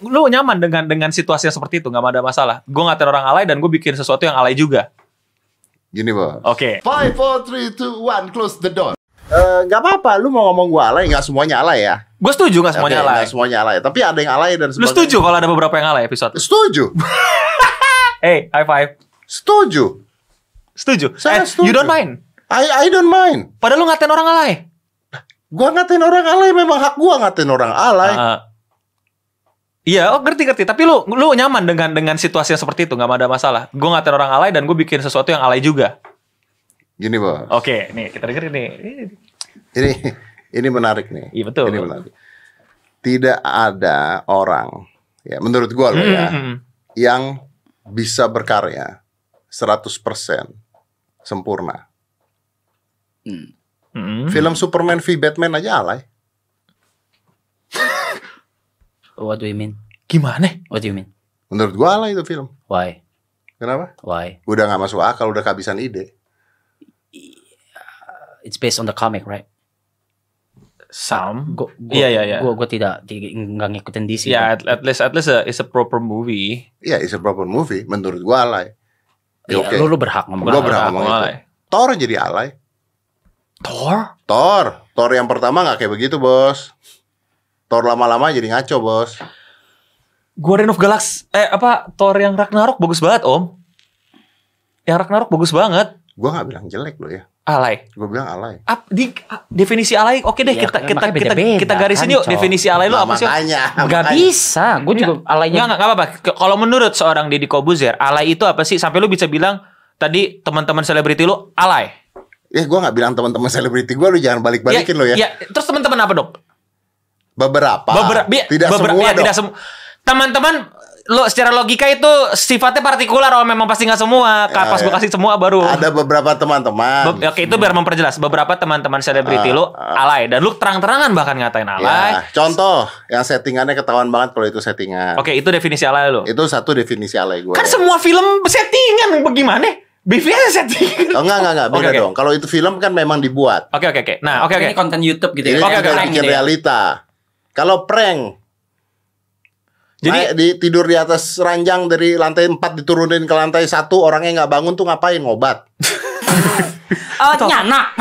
lu nyaman dengan dengan situasi yang seperti itu nggak ada masalah gue ngatain orang alay dan gue bikin sesuatu yang alay juga Gini, Bos. oke Five, four, three, two, one. Close the door. Eh, nggak apa-apa, lu mau ngomong gua alay, nggak semuanya alay ya. gue setuju nggak semuanya Oke, alay nggak semuanya alay. Tapi ada yang alay lu dan sebagainya. setuju kalau ada beberapa yang alay episode Setuju. hey high five Setuju. setuju Eh, Saya setuju. you don't mind I I don't mind. padahal lu ngatain orang alay Gua ngatain orang alay memang hak gua ngatain orang alay. Ah, ah. Iya, oh ngerti ngerti. Tapi lu lu nyaman dengan dengan situasi yang seperti itu nggak ada masalah. Gue ngatain orang alay dan gue bikin sesuatu yang alay juga. Gini, Bos. Oke, nih kita dengerin nih. Ini ini menarik nih. Iya, betul. Ini menarik. Tidak ada orang ya menurut gua loh Mm, ya mm, mm. yang bisa berkarya 100% sempurna. Mm. Film Superman v Batman aja alay. What do you mean? Gimana? What do you mean? Menurut gua alay itu film. Why? Kenapa? Why? Udah nggak masuk akal, udah kehabisan ide. It's based on the comic, right? Sam? Gua, gua, Iya iya iya. Gua, gua tidak ti- nggak ngikutin Iya, DC. Ya at, at least at least uh, it's a proper movie. Iya, it's a proper movie. Menurut gua alay. Ya, Oke. Iya, lu, lu berhak ngomong. Gua Orang berhak orang ngomong itu. alay. Thor jadi alay. Thor? Thor, Thor yang pertama nggak kayak begitu bos. Thor lama-lama jadi ngaco bos. Guardian of Galaxy eh apa Thor yang Ragnarok bagus banget, Om. Yang Ragnarok bagus banget. Gua nggak bilang jelek loh ya, Alay. gue bilang alay. Ap- di, a- definisi alay oke deh Ya, kita kan, kita makanya kita beda-beda kita garisin kan, yuk Cok. definisi alay lu Nah, apa sih? Om? Makanya, Gak makanya. bisa. Gua juga Nggak, alaynya. nggak, nggak apa-apa. Ke- Kalau menurut seorang Deddy Kobuzer, alay itu apa sih? Sampai lu bisa bilang tadi teman-teman selebriti lu alay. Eh, gue nggak bilang teman-teman selebriti gue, lu Iya, jangan balik-balikin lo ya. Terus teman-teman apa dok? Beberapa, Beberapa, tidak semua dong. iya, ya, tidak semua. Teman-teman lo secara logika itu sifatnya partikular, oh memang pasti nggak semua. Ya, Kapas gue ya. kasih semua baru. Ada beberapa teman-teman. Be- Oke itu biar memperjelas beberapa teman-teman selebriti Ah, lu ah. alay dan lu terang-terangan bahkan ngatain alay. Ya, contoh yang settingannya ketahuan banget kalau itu settingan. Oke itu definisi alay lu. Itu satu definisi alay gue. Kan semua film settingan bagaimana? BVS settingan. Oh, enggak, enggak, enggak, beda Oke, oke. dong. Kalau itu film kan memang dibuat. Oke oke oke. Nah oke oke. Ini konten YouTube gitu Ini ya. Oke, juga oke. Prank bikin gitu ya. realita. Kalau prank, Jadi Naik di tidur di atas ranjang dari lantai 4 diturunin ke lantai satu orangnya nggak bangun tuh ngapain ngobat. Oh, nyana.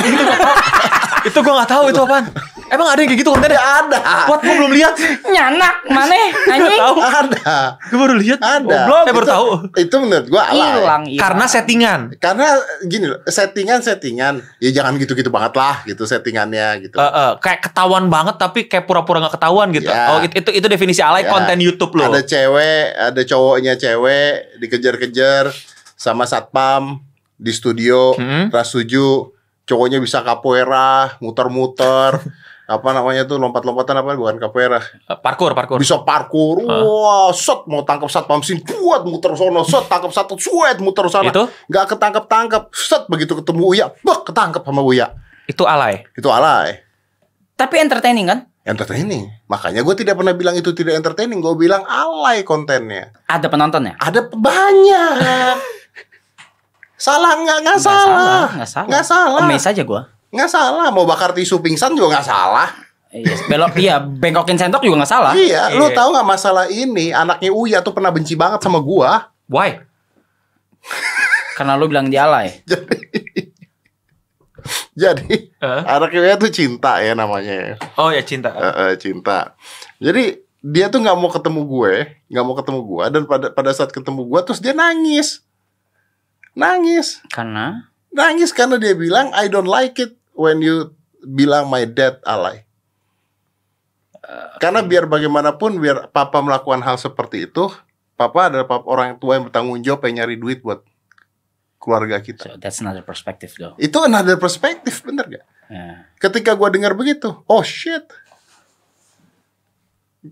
itu gua nggak tahu itu apaan. Emang ada yang kayak gitu kontennya? Ada. What gua belum lihat. nyana. Mana? Nggak Anjing. tahu. Ada. Gua baru lihat. Ada. Goblok, eh, baru Itu- Iya. tahu. Itu menurut gua alay. Hilang. hilang. Karena settingan. Karena gini loh, settingan-settingan ya jangan gitu-gitu banget lah gitu settingannya gitu. Eh, eh, kayak ketahuan banget tapi kayak pura-pura nggak ketahuan gitu. Ya. Oh itu, itu itu definisi alay Ya. konten YouTube lo. Ada cewek, ada cowoknya cewek dikejar-kejar sama satpam di studio Hmm. Rasuju cowoknya bisa capoeira, muter-muter, apa namanya tuh lompat-lompatan apa bukan capoeira. Eh, Parkur parkur. bisa parkur wah set mau tangkap satpam sin kuat muter sono set tangkap satu suet muter sana Itu? nggak ketangkep tangkep set begitu ketemu Uya bek ketangkep sama Uya Itu alay. itu alay Tapi entertaining kan? entertaining makanya gue tidak pernah bilang itu tidak entertaining gue bilang alay kontennya Ada penontonnya. ada banyak salah nggak nggak salah Nggak Nggak salah. Oh, nggak salah Amaze aja gua. nggak salah mau bakar tisu pingsan juga nggak salah Iya, belok iya, bengkokin sendok juga nggak salah. iya lu Iya. tahu nggak masalah ini anaknya Uya tuh pernah benci banget sama gua Why? Karena lu bilang dia alay. jadi jadi Eh? anaknya tuh cinta ya namanya ya. Oh ya cinta. Eh, eh, cinta jadi dia tuh nggak mau ketemu gue nggak mau ketemu gue dan pada pada saat ketemu gue terus dia nangis nangis Karena nangis karena dia bilang I don't like it when you bilang my dad alay karena biar bagaimanapun biar papa melakukan hal seperti itu papa adalah papa orang tua yang bertanggung jawab yang nyari duit buat keluarga kita so that's another perspective though. itu another perspektif bener gak? Ya. Ketika gua dengar begitu, oh shit.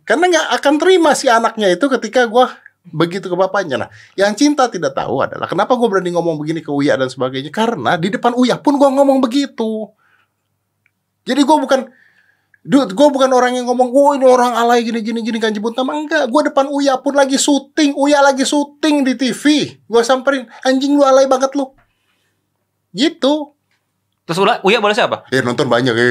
Karena nggak akan terima si anaknya itu ketika gua begitu ke bapaknya. Nah, yang cinta tidak tahu adalah kenapa gua berani ngomong begini ke Uya dan sebagainya. Karena di depan Uya pun gua ngomong begitu. Jadi gua bukan Dude, gue bukan orang yang ngomong, oh ini orang alay gini-gini gini kan jebut nama enggak. Gue depan Uya pun lagi syuting, Uya lagi syuting di TV. Gue samperin, anjing lu alay banget lu. Gitu. Terus Ula, Uya boleh siapa? Ya nonton banyak ya.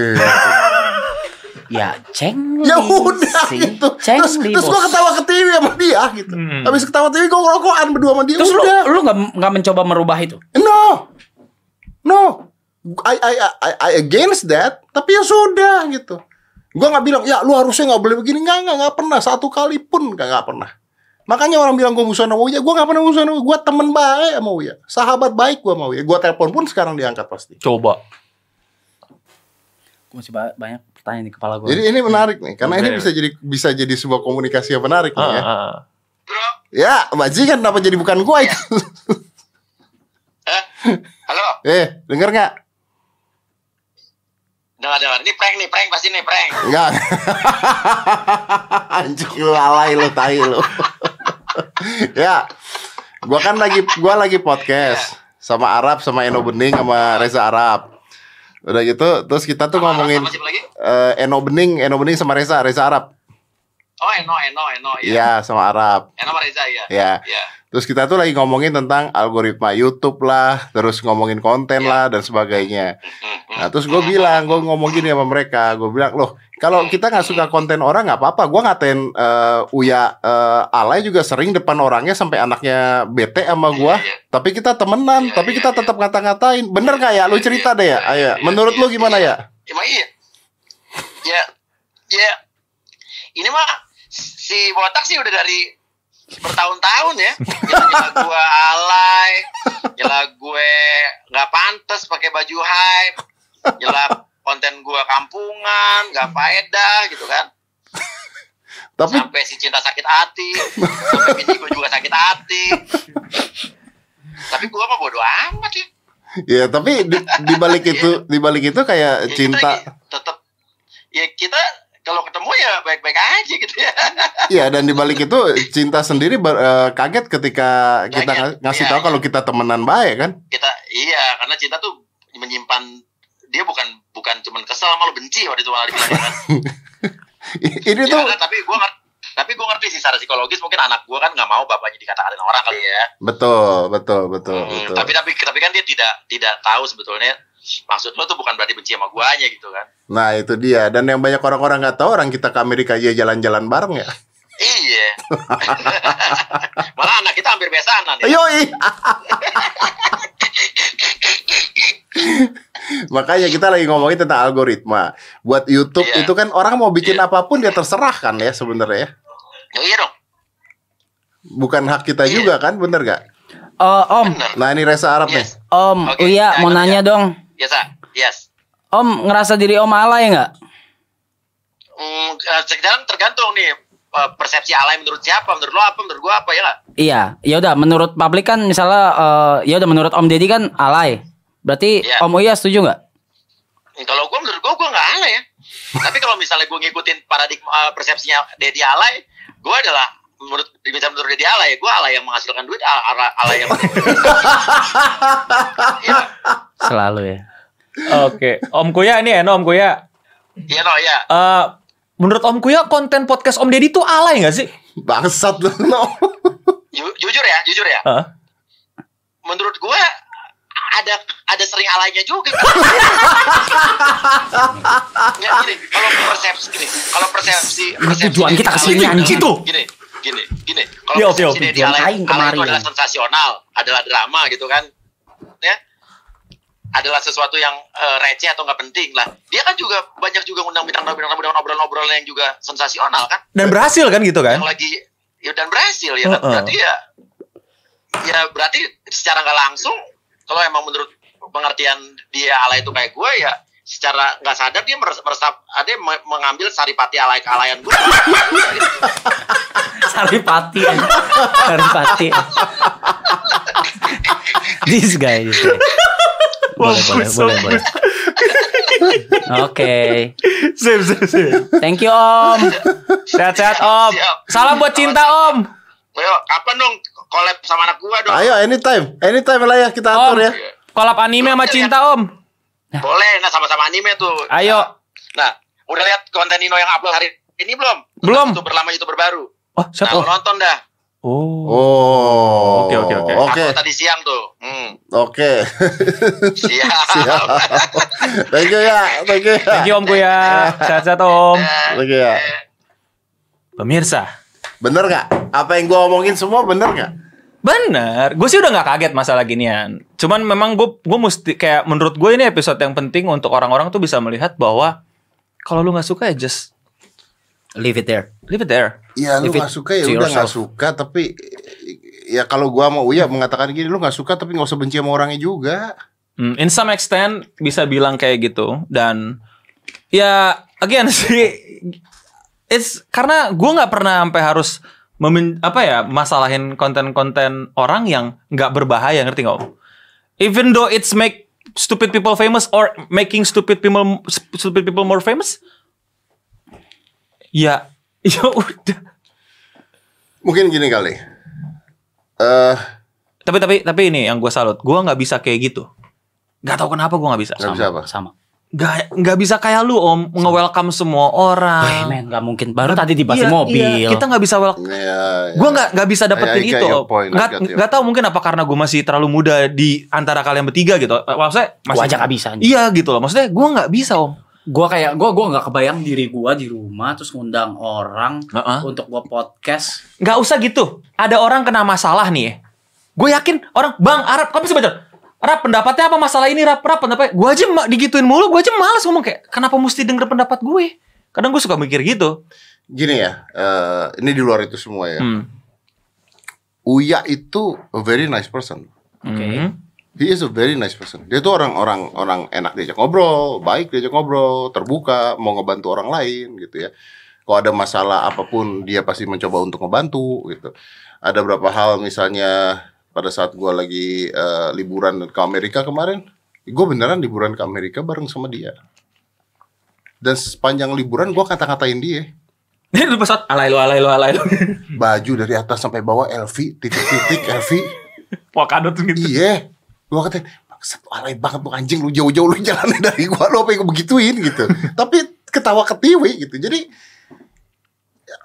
Ya, ceng. ya udah gitu Ceng terus terus gue ketawa ke TV sama dia gitu Hmm. habis ketawa TV gue ngerokokan berdua sama dia Terus lu udah lu nggak nggak mencoba merubah itu? no no I, I I I- I against that tapi ya sudah gitu gue nggak bilang ya lu harusnya nggak boleh begini nggak nggak nggak pernah satu kali pun nggak nggak pernah makanya orang bilang gue musuhan sama Uya gue nggak pernah musuhan sama gue temen baik sama Uya sahabat baik gue sama Uya gue telepon pun sekarang diangkat pasti Coba. Gua Masih ba- banyak pertanyaan di kepala gue. jadi ini menarik nih karena ini Oke. bisa jadi bisa jadi sebuah komunikasi yang menarik nih, ya Ah, ah. ya majikan kenapa jadi bukan gue itu Eh, halo, Eh, denger nggak? dengar dengar. Ini prank nih, prank pasti nih prank. Nggak. Anjing lu alay lu tai lu. ya. Gua kan lagi gua lagi podcast sama Arab sama Eno Bening sama Reza Arab. Udah gitu terus kita tuh ngomongin Sama siapa lagi? eh, Eno Bening, Eno Bening sama Reza, Reza Arab. Oh, Eno, Eno, Eno. Iya, Iya. sama Arab. Eno sama Reza ya. Ya. Iya. Terus kita tuh lagi ngomongin tentang algoritma YouTube lah, terus ngomongin konten Iya. lah dan sebagainya. Hmm, hmm. Nah terus gue bilang, gue ngomong gini sama mereka, gue bilang loh kalau kita nggak suka konten orang nggak apa-apa, gue ngatain eh, Uya eh, Alay juga sering depan orangnya sampai anaknya bete sama gue, Iya, iya. tapi kita temenan, Iya, tapi iya, kita iya. tetap ngata-ngatain, bener nggak ya? Lu Iya, cerita iya, deh ya, iya, ayo. iya, Menurut iya, lu gimana iya. ya? Emang iya. Ya, ya. Ini mah si botak sih udah dari bertahun-tahun ya. Nyela gue alay, nyela gue nggak pantas pakai baju hype, nyela konten gue kampungan, nggak faedah gitu kan. Tapi sampai si cinta sakit hati sampai bini gue juga sakit hati tapi gue mah bodo amat ya ya tapi di, di balik itu, di balik itu kayak Ya, cinta, kita tetap ya kita kalau ketemu ya baik-baik aja gitu ya ya dan di balik itu cinta sendiri ber- eh, kaget ketika kita Kaget, nga- ngasih iya, tahu iya. kalau kita temenan baik kan? kita iya karena cinta tuh menyimpan dia bukan bukan cuman kesel sama lo benci waktu itu malah dibilang ya kan Ini Ya, tuh kan, tapi gue ngerti tapi gue ngerti sih secara psikologis mungkin anak gue kan nggak mau bapaknya dikata-katain orang kali ya betul, betul, betul, Hmm, betul. tapi tapi tapi kan dia tidak tidak tahu sebetulnya maksud lo tuh bukan berarti benci sama guanya gitu kan Nah itu dia Dan yang banyak orang-orang nggak tahu Orang kita ke Amerika aja jalan-jalan bareng ya Iya. Malah anak kita hampir besanan ya. Yoi Makanya kita lagi ngomongin tentang algoritma Buat Youtube Iya. itu kan orang mau bikin Iya. apapun Dia terserah kan ya sebenarnya Ya, iya dong. Bukan hak kita Iya. juga kan bener gak? Eh, om, Benar. Nah ini Reza Arab nih Yes. om, Oke, Uya ya, mau ya. nanya dong. Yes, ah. yes. Om ngerasa diri om alay nggak? Hmm, eh, sekarang tergantung nih eh, persepsi alay menurut siapa, menurut lo apa, menurut gua apa ya nggak? Iya, ya udah menurut publik kan misalnya eh, ya udah menurut Om Deddy kan alay. Berarti Iya. Om Uya setuju nggak? Hmm, Kalau gua menurut gua gua nggak alay ya. Tapi kalau misalnya gua ngikutin paradigma eh, persepsinya Deddy alay, gua adalah menurut misalnya menurut Deddy alay, gua alay yang menghasilkan duit, al- ala- alay yang Iya, Selalu ya. Oke, Om Kuya ini Eno Om Kuya. iya, no, iya. Eh, menurut Om Kuya konten podcast Om Deddy tuh alay nggak sih? Bangsat lu no. Ju- jujur ya, jujur ya. Hah? menurut gua ada ada sering alainya juga. Nggak, gini, kalau persepsi gini, kalau persepsi, persepsi tujuan kita dari kesini, alay anjing. itu, Gini, gini, gini. Kalau Yo, yo, persepsi dari tujuan alay, aing alay kemari. itu adalah sensasional, adalah drama gitu kan, ya adalah sesuatu yang eh, receh atau nggak penting lah. Dia kan juga banyak juga undang bintang tamu, bintang tamu dan obrolan-obrolan yang juga sensasional kan Dan berhasil kan gitu kan? yang lagi ya dan berhasil ya kan? Heeh. berarti ya ya berarti secara nggak langsung kalau emang menurut pengertian dia alay itu kayak gue ya secara nggak sadar dia meres- meresap ada yang me- mengambil saripati alay kealayan gue Saripati. ya. Saripati. this guy, this guy. Boleh, boleh, boleh, boleh. Oke. Sip, sip, sip. Thank you, Om. Sehat-sehat Om. Siap. Salam buat cinta Om. Leo kapan dong collab sama anak gue dong Ayo anytime Anytime lah ya kita Om. atur ya Kolab anime sama cinta Om. boleh nah sama-sama anime tuh Ayo. nah udah lihat konten Nino yang upload hari ini belum Belum. youtuber lama youtuber baru Oh, nah siapa? lu nonton dah Oh. Oh. Oke, oke, oke. Oke. Aku tadi siang tuh. Hmm. Oke. Siap. Siap. Thank you ya. Thank you. Ya. Thank you Om Kuya. Sehat-sehat Om. Thank you ya. Pemirsa, Bener nggak? Apa yang gua omongin semua bener nggak? Bener, gue sih udah nggak kaget masalah ginian. Cuman memang gue gue mesti kayak menurut gue ini episode yang penting untuk orang-orang tuh bisa melihat bahwa kalau lu nggak suka ya just Leave it there. leave it there. Iya, lu Leave it nggak suka ya to udah nggak yourself. suka. Tapi ya kalau gua mau Uya mengatakan gini, lu nggak suka tapi nggak usah benci sama orangnya juga. Hmm, in some extent bisa bilang kayak gitu dan ya again sih it's karena gue nggak pernah sampai harus memen, apa ya masalahin konten-konten orang yang nggak berbahaya ngerti nggak om? Even though it's make stupid people famous or making stupid people stupid people more famous, ya ya udah. Mungkin gini kali. Eh, Tapi tapi tapi ini yang gue salut, gue nggak bisa kayak gitu. Gak tau kenapa gue nggak bisa. nggak bisa apa? Sama. Gak, nggak bisa kayak lu om nge-welcome semua Wih, orang. men, gak mungkin. Baru tadi dibahas Iya, mobil. iya, kita nggak bisa welcome. Iya. iya. Gue nggak nggak bisa dapetin I- I get itu. your Om. point, I Nggak get your nggak tahu mungkin apa karena gue masih terlalu muda di antara kalian bertiga gitu. Maksudnya masih Gua aja nggak bisa, anjing. Iya gitu loh. Maksudnya gue nggak bisa om. Gua kayak gua gua nggak kebayang diri gua di rumah terus ngundang orang Heeh. untuk gua podcast. Nggak usah gitu. Ada orang kena masalah nih. Gue yakin orang bang Arab kamu sebentar. Rap pendapatnya apa masalah ini rap rap pendapat gue aja ma- digituin mulu gue aja males ngomong kayak kenapa mesti denger pendapat gue kadang gue suka mikir gitu Gini ya. eh, ini di luar itu semua ya. Hmm. Uya itu a very nice person. Oke. Hmm. He is a very nice person. Dia tuh orang-orang orang enak diajak ngobrol, baik diajak ngobrol, terbuka, mau ngebantu orang lain gitu ya. Kalau ada masalah apapun dia pasti mencoba untuk ngebantu gitu. Ada beberapa hal misalnya pada saat gua lagi eh, liburan ke Amerika kemarin, gue beneran liburan ke Amerika bareng sama dia. Dan sepanjang liburan gua kata-katain dia. Ini lu pesawat alay lu alay lu alay lu. Baju dari atas sampai bawah Elvi titik-titik Elvi Wakadot gitu. Iya. Gua katain, "Bangsat, lu alay banget lu anjing lu jauh-jauh lu jalannya dari gua lu apa yang gua begituin gitu. Tapi ketawa ketiwi gitu. Jadi ya,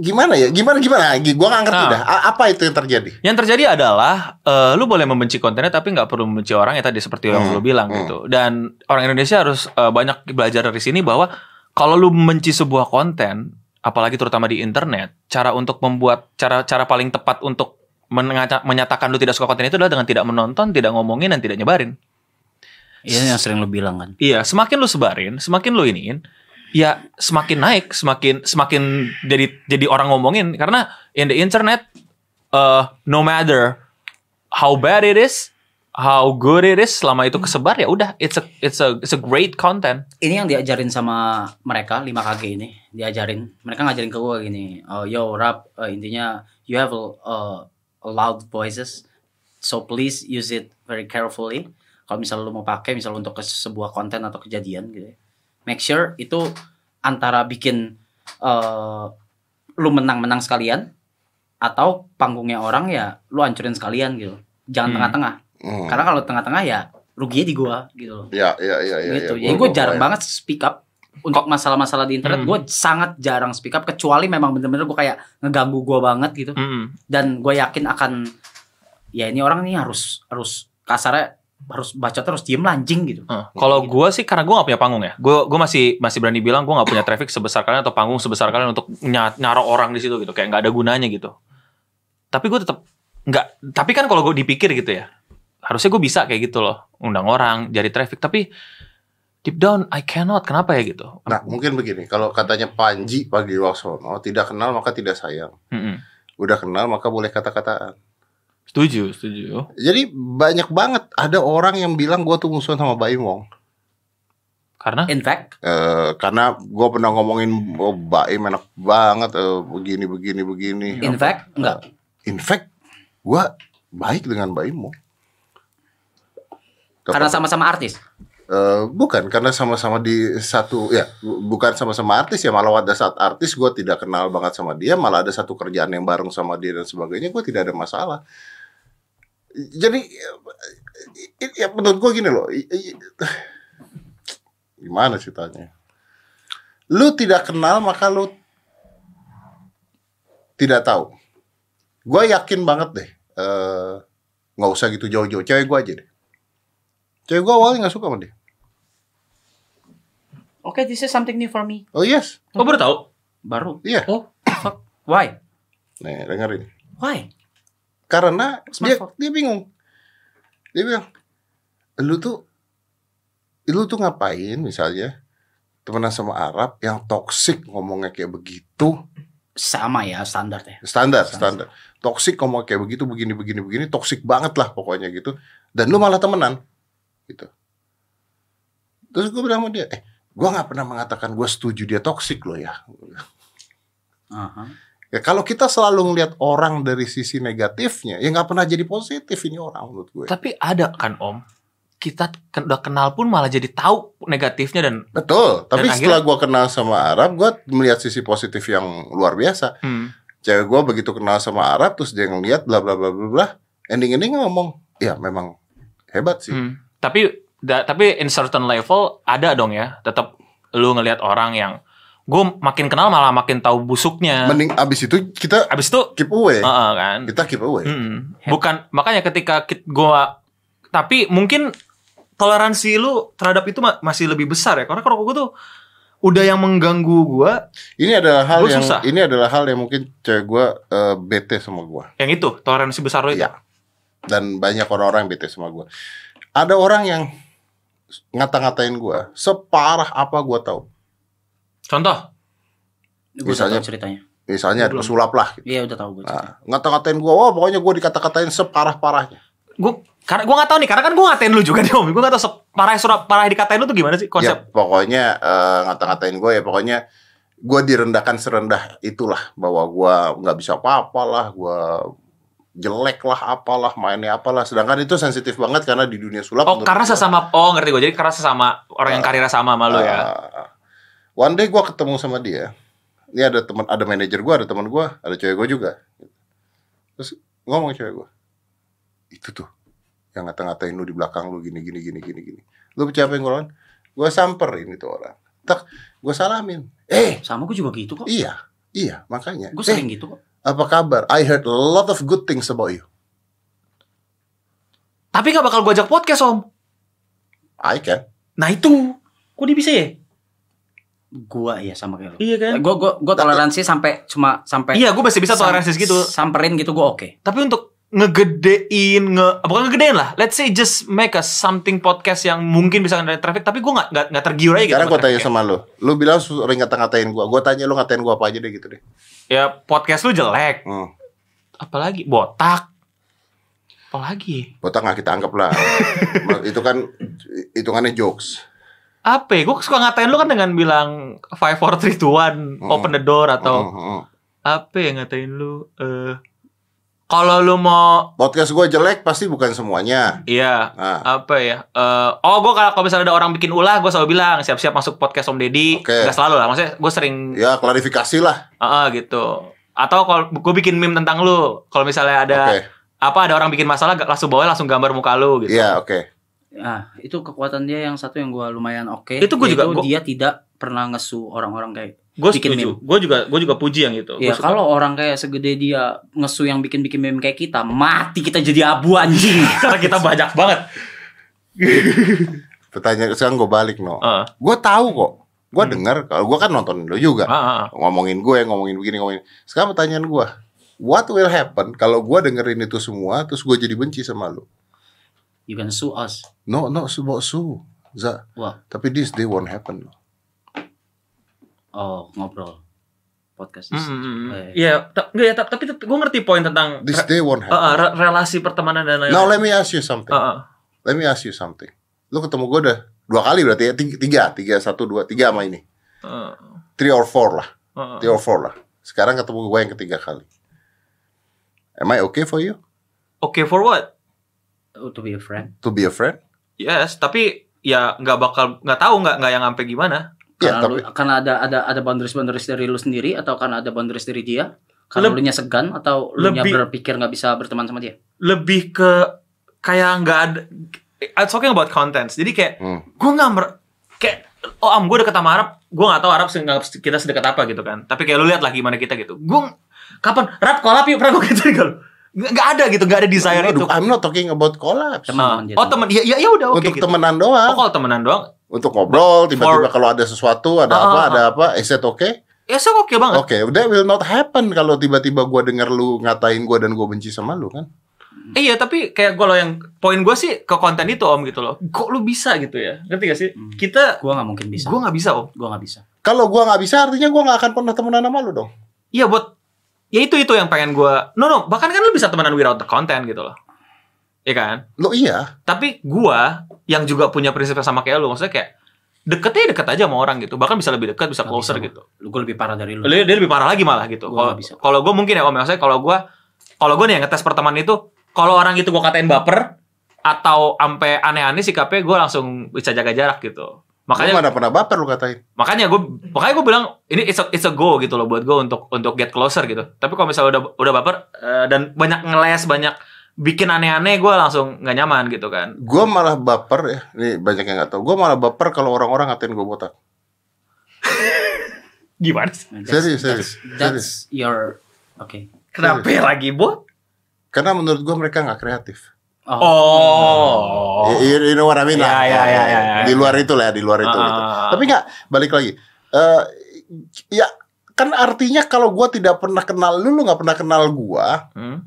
gimana ya? Gimana gimana? Gua gak ngerti Ah. dah. A- Apa itu yang terjadi? Yang terjadi adalah eh, lu boleh membenci kontennya tapi nggak perlu membenci orang ya tadi seperti yang lu Hmm, bilang hmm. gitu. Dan orang Indonesia harus eh, banyak belajar dari sini bahwa kalau lu membenci sebuah konten, apalagi terutama di internet, cara untuk membuat cara cara paling tepat untuk mengaca- menyatakan lu tidak suka konten itu adalah dengan tidak menonton, tidak ngomongin dan tidak nyebarin. Iya yang sering lu bilang kan. Iya, semakin lu sebarin, semakin lu iniin, ya semakin naik, semakin semakin jadi jadi orang ngomongin karena in the internet uh, no matter how bad it is, how good it is, selama itu kesebar ya udah it's a it's a it's a great content. Ini yang diajarin sama mereka 5KG ini diajarin. Mereka ngajarin ke gua gini. Oh, yo rap eh, intinya you have uh, loud voices. So please use it very carefully. Kalau misalnya lu mau pakai misalnya untuk ke sebuah konten atau kejadian gitu. ya. Make sure itu antara bikin eh, lu menang-menang sekalian atau panggungnya orang ya lu hancurin sekalian gitu. Jangan Hmm. tengah-tengah. Hmm. Karena kalau tengah-tengah ya ruginya di gua gitu loh Ya, ya, ya, ya. gitu. ya, Jadi gue jarang gua- banget speak up untuk masalah-masalah di internet. Hmm. Gue sangat jarang speak up kecuali memang bener-bener gue kayak ngeganggu gue banget gitu. Mm-mm. Dan gue yakin akan ya ini orang nih harus harus kasarnya harus bacot terus diem lanjing gitu. Uh, Kalau gua sih karena gua gak punya panggung ya, gua gua masih masih berani bilang gua gak punya traffic sebesar kalian atau panggung sebesar kalian untuk nya- naro orang di situ gitu, kayak nggak ada gunanya gitu. Tapi gua tetap nggak. Tapi kan kalau gua dipikir gitu ya, harusnya gua bisa kayak gitu loh, undang orang, jadi traffic. Tapi deep down I cannot. Kenapa ya gitu? Nah, mungkin begini, kalau katanya Panji Pagi Waksono, tidak kenal maka tidak sayang. Mm-mm. Udah kenal maka boleh kata-kataan. Setuju, setuju. Jadi banyak banget ada orang yang bilang gua tuh musuhan sama Baim Wong. Karena In fact, Eh, karena gue pernah ngomongin oh, Baim enak banget eh, begini begini begini. in fact enggak. In fact, gue baik dengan Baimmu. Karena sama-sama artis. Eh, bukan karena sama-sama di satu ya bu- bukan sama-sama artis ya malah pada saat artis gue tidak kenal banget sama dia malah ada satu kerjaan yang bareng sama dia dan sebagainya gue tidak ada masalah jadi eh, eh, ya menurut gue gini loh i- i- gimana sih tanya lu tidak kenal maka lu tidak tahu Gue yakin banget deh. eh, Nggak usah gitu jauh-jauh. Cewek gue aja deh. Cewek gue awalnya nggak suka sama dia. Okay, this is something new for me. Oh yes. Oh baru tahu? Baru. Iya. Oh, fuck. Why? Nih dengerin. Why? Karena What's my dia, fault? dia bingung. Dia bilang, lu tuh lu tuh ngapain misalnya temenan sama Arab yang toksik ngomongnya kayak begitu Sama ya standarnya. standar standar toksik ngomong kayak begitu begini begini begini toksik banget lah pokoknya gitu dan lu malah temenan gitu terus gue bilang sama dia eh gue nggak pernah mengatakan gue setuju dia toksik loh ya. Aha. ya kalau kita selalu ngelihat orang dari sisi negatifnya ya nggak pernah jadi positif ini orang menurut gue Tapi ada kan Om, kita ken- udah kenal pun malah jadi tahu negatifnya dan betul tapi Dan setelah gue kenal sama Arab gue melihat sisi positif yang luar biasa hmm, cewek gue begitu kenal sama Arab terus dia ngelihat bla bla bla bla bla ending ending ngomong ya memang hebat sih hmm. tapi da- tapi in certain level ada dong ya, tetap lu ngelihat orang yang gue makin kenal malah makin tahu busuknya. Mending abis itu kita Abis itu, keep away. Heeh, kan, Kita keep away. Hmm. bukan makanya ketika kit- gua tapi mungkin toleransi lu terhadap itu ma- masih lebih besar ya, karena kalau gue tuh udah yang mengganggu gua Ini adalah hal Gua yang susah. ini adalah hal yang mungkin cewek gue bete sama gue yang itu toleransi besar lu itu. Iya. dan banyak orang-orang yang bete sama gue. Ada orang yang ngata-ngatain gue separah apa gue tahu. Contoh, Gue udah Misalnya- tahu ceritanya. Misalnya ada Belum. pesulap lah. Gitu. Iya udah tahu gue ceritanya. Nah, ngata-ngatain gue, wah pokoknya gue dikata-katain separah-parahnya. Ya, gue karena gue nggak tahu nih, karena kan gue ngatain lu juga nih om. Gue nggak tahu se- parah surat parah yang dikatain lu tuh gimana sih Ya, konsep? pokoknya eh, ngata-ngatain gue ya pokoknya gue direndahkan serendah itulah bahwa gue nggak bisa apa-apa lah, gue jelek lah apalah mainnya apalah sedangkan itu sensitif banget karena di dunia sulap Oh menurut karena gua- Iya. sesama, oh ngerti gue. Jadi karena sesama orang yang karirnya sama sama lu ya. Ah, one day gue ketemu sama dia ini ada teman ada manajer gue ada teman gue ada cewek gue juga terus ngomong ke cewek gue itu tuh yang ngata-ngatain lu di belakang lu gini gini gini gini gini lu percaya apa yang gue lakukan gue samperin itu orang tak gue salamin eh Sama gue juga gitu kok. iya iya makanya Gue eh sering gitu kok. apa kabar I heard a lot of good things about you Tapi nggak bakal gue ajak podcast om. I can Nah itu, kok dia bisa ya? Gua iya sama kayak lu. Iya kan? Gue gue gue toleransi sampai cuma sampai Iya, gue masih bisa toleransi sam- gitu. Samperin gitu gue oke. Tapi untuk ngegedein, nge, bukan ngegedein lah. Let's say just make a something podcast yang mungkin bisa ngendaliin traffic, tapi gue nggak nggak nggak tergiur aja gitu. sama sekarang gue tanya traffic ya. sama lu lu bilang sering ngata-ngatain gue gue tanya lu ngatain gue apa aja deh gitu deh ya podcast lu jelek, hmm. apalagi botak, apalagi botak nggak kita anggap lah itu kan hitungannya jokes apa? Gue suka ngatain lu kan dengan bilang five four three two one, Mm-mm. open the door atau Mm-mm. apa yang ngatain lu? Eh, kalau lu mau, podcast gue jelek pasti bukan semuanya iya nah, apa ya? Eh, oh, gue kalau kalau misalnya ada orang bikin ulah, gue selalu bilang siap-siap masuk podcast Om Deddy. Oke. Nggak selalu lah, maksudnya gue sering ya klarifikasi lah Ah ah, gitu. Atau kalau gue bikin meme tentang lu, kalau misalnya ada oke apa ada orang bikin masalah gak- langsung bawa langsung gambar muka lu gitu. iya oke Nah, itu kekuatan dia yang satu yang gua lumayan oke. Itu gua juga- yaitu gua- dia tidak pernah ngesu orang-orang kayak. Gue Bikin setuju. Gue juga gue juga puji yang itu. Gua Ya suka. kalau orang kayak segede dia ngesu yang bikin-bikin meme kayak kita, mati kita jadi abu anjing. karena kita banyak banget. pertanyaan sekarang gue balik no Heeh. gue tahu kok gue dengar kalau gue kan nonton lu juga Hmm. Ah, ah, ah. ngomongin gue ngomongin begini ngomongin sekarang pertanyaan gue what will happen kalau gue dengerin itu semua terus gue jadi benci sama lu You can sue us. no no about su za Wah, tapi this day won't happen oh ngobrol podcast. Mm, mm, mm. Eh, Iya, ta- nggak ya, ta- tapi gue ngerti poin tentang this re- iya. day won't ah, ah, happen re- relasi pertemanan dan lain-lain. now let me ask you something Ah, ah. Let me ask you something. Lu ketemu gue udah dua kali berarti ya? Tiga, tiga, tiga, satu, dua, tiga sama ini. Ah, Three or four lah. ah, ah. Three or four lah. Sekarang ketemu gue yang ketiga kali. Am I okay for you Oke for what? uh, to be a friend. to be a friend? Yes, tapi ya nggak bakal nggak tahu nggak nggak yang sampai gimana. Ya, Karena, lu, tapi karena ada ada ada boundaries-boundaries dari lu sendiri atau karena ada boundaries dari dia? Leb- Karena lu nya segan atau lu nya lebih- berpikir nggak bisa berteman sama dia? Lebih ke kayak nggak ada. I'm talking about contents. Jadi kayak Hmm. gue nggak mer- kayak oh am gue deket sama Arab gue nggak tahu Arab se- nganggap kita sedekat apa gitu kan tapi kayak lu lihat lah gimana kita gitu gue kapan rap kolab yuk pernah gue gitu gitu nggak ada gitu nggak ada desire itu Aduh, I'm not talking about collapse. Teman. Ah, oh teman ya ya ya udah oke Untuk gitu. temenan oh doang. kalau temenan doang Untuk ngobrol, tiba-tiba For- kalau ada sesuatu, ada Ah, apa, ah, ada apa, is that okay? ya so oke banget Oke, that will not happen kalau tiba-tiba gua denger lu ngatain gua dan gua benci sama lu kan. Eh, Iya tapi kayak gue loh yang poin gue sih ke konten itu om gitu loh. Kok lu bisa gitu ya? Ngerti gak sih? Kita Gua nggak mungkin bisa. gue nggak bisa om. Gua nggak bisa. Kalau gua nggak bisa artinya gua nggak akan pernah temenan sama lu dong. Iya buat ya itu itu yang pengen gue. No no bahkan kan lu bisa temenan without the content gitu loh. Iya kan? Lu iya. Tapi gue yang juga punya prinsip yang sama kayak lu maksudnya kayak deketnya deket aja sama orang gitu. Bahkan bisa lebih dekat bisa Nggak closer bisa. gitu. Lu gua lebih parah dari lu. Lu- Dia lebih parah lagi malah gitu. Gua Kalau nggak bisa. kalau gue mungkin ya om maksudnya kalau gue kalau gue nih yang ngetes pertemanan itu kalau orang itu gue katain baper atau ampe aneh-aneh sikapnya gue langsung bisa jaga jarak gitu. Makanya Makanya mana pernah baper lu katain. makanya gue makanya gue bilang ini it's a, it's a go gitu loh buat gue untuk untuk get closer gitu tapi kalau misalnya udah udah baper eh, dan banyak ngeles banyak bikin aneh-aneh gue langsung nggak nyaman gitu kan Gua malah baper ya. Nih banyak yang nggak tahu. Gua malah baper kalau orang-orang ngatain gua botak. gimana sih Serius, serius. serius. That's your okay. kenapa ya lagi bot Karena menurut gua mereka nggak kreatif. Oh. oh You, you know what I mean Ya, lah. ya, ya, ya, ya. Di luar itu lah, di luar itu. Ah. gitu. Tapi nggak balik lagi. Eh ya kan artinya kalau gua tidak pernah kenal lu, lu nggak pernah kenal gua, Hmm?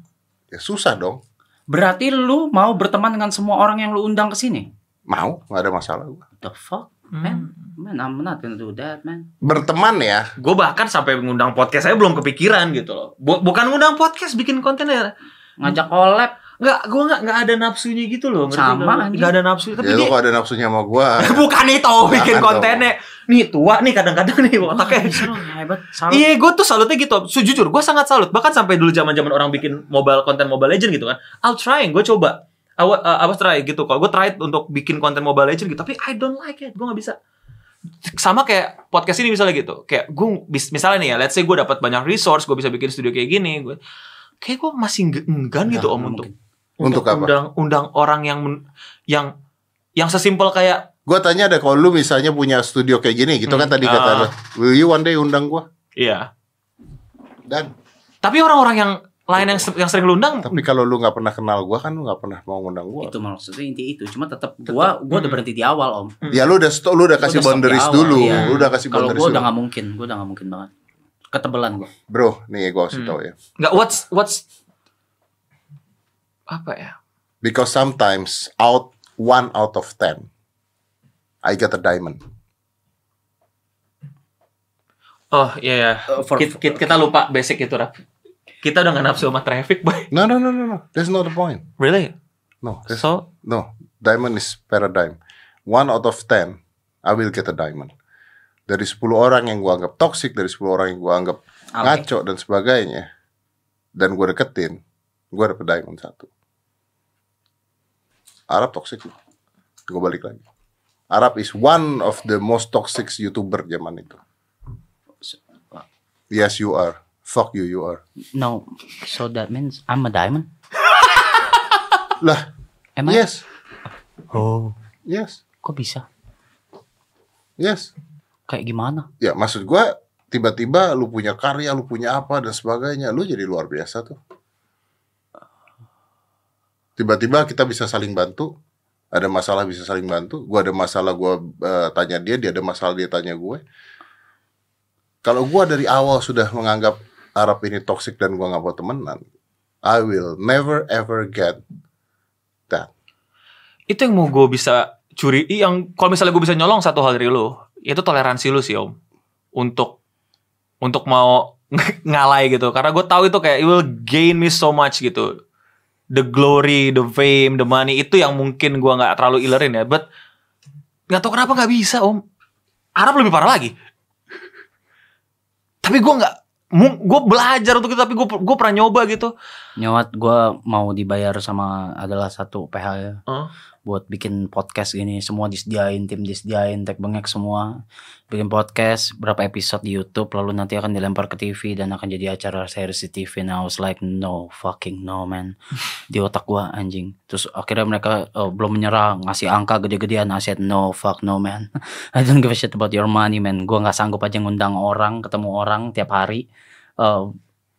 ya susah dong. Berarti lu mau berteman dengan semua orang yang lu undang ke sini? Mau, nggak ada masalah gua. The fuck, Hmm. man? Man, I'm not gonna do that, man. Berteman ya, gue bahkan sampai ngundang podcast saya belum kepikiran gitu loh Bu- bukan ngundang podcast bikin konten ya Ngajak collab. nggak gue nggak nggak ada nafsunya gitu loh ngerti Sama, nggak? anjing. nggak ada nafsu tapi ya lu dia- kalau ada nafsunya sama gua. bukan itu bikin dong. kontennya nih tua nih kadang-kadang nih Oke, otaknya bisa lu hebat. Salut. Iya, gue tuh salutnya gitu. Sejujur, gue sangat salut. Bahkan sampai dulu zaman zaman orang bikin mobile konten Mobile Legend gitu kan. I'll trying, gue coba. I wa- uh, I was try gitu. Kalau gue try untuk bikin konten Mobile Legend gitu, tapi I don't like it. Gue nggak bisa. Sama kayak podcast ini misalnya gitu. Kayak gue bis- misalnya nih ya, let's say gue dapat banyak resource, gue bisa bikin studio kayak gini. Gue kayak gue masih engg- enggan gitu om nggak untuk Untuk apa? undang undang orang yang men- yang yang sesimpel kayak Gua tanya deh kalau lu misalnya punya studio kayak gini gitu kan Hmm, tadi kata ah. lu. Will you one day undang gua? iya. Dan Tapi orang-orang yang lain yang se- yang sering lu undang tapi kalau lu nggak pernah kenal gua kan lu nggak pernah mau ngundang gua. Itu maksudnya inti itu. Cuma tetap gua gua Hmm. udah berhenti di awal, Om. Ya lu udah sto- lu udah Gua kasih udah stop di boundaries awal, dulu, iya. lu udah kasih Kalau boundaries gua dulu. udah nggak mungkin, gua udah nggak mungkin banget. Ketebelan gua. Bro, nih gua kasih Hmm. tau ya. nggak what's what's apa ya? Because sometimes out one out of ten, I get a diamond. Oh iya ya. Uh, for- Kit- kit- kita lupa basic itu rap. Kita udah nggak nafsu sama traffic boy. No, no, no, no, no. That's not the point. Really? No, that's, So no. Diamond is paradigm. One out of ten, I will get a diamond. Dari 10 orang yang gua anggap toxic, dari 10 orang yang gua anggap Alay. ngaco dan sebagainya, dan gua deketin, gua dapet diamond satu. Arab toxic loh. Gua balik lagi. Arab is one of the most toxic youtuber zaman itu. Yes, you are. Fuck you, you are. No, so that means I'm a diamond. Lah, Am I? yes, Oh, yes, kok bisa? yes. Kayak gimana? ya maksud gua tiba-tiba lu punya karya lu punya apa dan sebagainya lu jadi luar biasa tuh tiba-tiba kita bisa saling bantu ada masalah bisa saling bantu gua ada masalah gua eh, tanya dia dia ada masalah dia tanya gue kalau gua dari awal sudah menganggap Arab ini toxic dan gua nggak mau temenan I will never ever get itu yang mau gue bisa curi i- yang kalau misalnya gue bisa nyolong satu hal dari lu itu toleransi lu sih om untuk untuk mau ngalai gitu karena gue tahu itu kayak it will gain me so much gitu the glory the fame the money itu yang mungkin gua nggak terlalu ilerin ya but nggak tahu kenapa nggak bisa om Arab lebih parah lagi tapi gua nggak gue belajar untuk itu tapi gue gue pernah nyoba gitu Nyawat gua mau dibayar sama adalah satu PH ya. Heeh. Buat bikin podcast gini, semua disediain, tim disediain, tag bengek semua. Bikin podcast, berapa episode di YouTube, lalu nanti akan dilempar ke TV dan akan jadi acara series di TV. And I was like, no fucking no man. Di otak gua anjing. Terus akhirnya mereka eh, belum menyerah, ngasih angka gede-gedean. I said, no fuck no man. I don't give a shit about your money man. Gua nggak sanggup aja ngundang orang, ketemu orang tiap hari. Eh,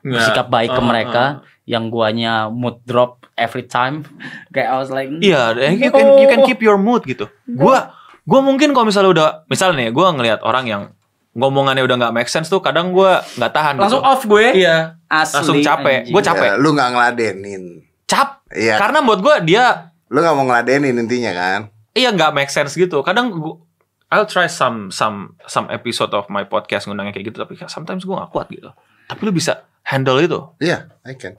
Nggak. sikap baik ke Uh, mereka uh. yang guanya mood drop every time kayak I was like mm, Iya, and you can you can keep your mood gitu. Gua gua mungkin kalau misalnya udah misal nih gua ngelihat orang yang ngomongannya udah nggak make sense tuh kadang gua nggak tahan langsung gitu. off gue Iya, asli Langsung capek. anjing. Gua capek. Ya, lu nggak ngeladenin. cap. Iya. Karena buat gua dia Lu nggak mau ngeladenin intinya kan? iya nggak make sense gitu. Kadang gua I'll try some some some episode of my podcast ngundangnya kayak gitu tapi sometimes gua nggak kuat gitu. Tapi lu bisa handle itu. Iya, I can.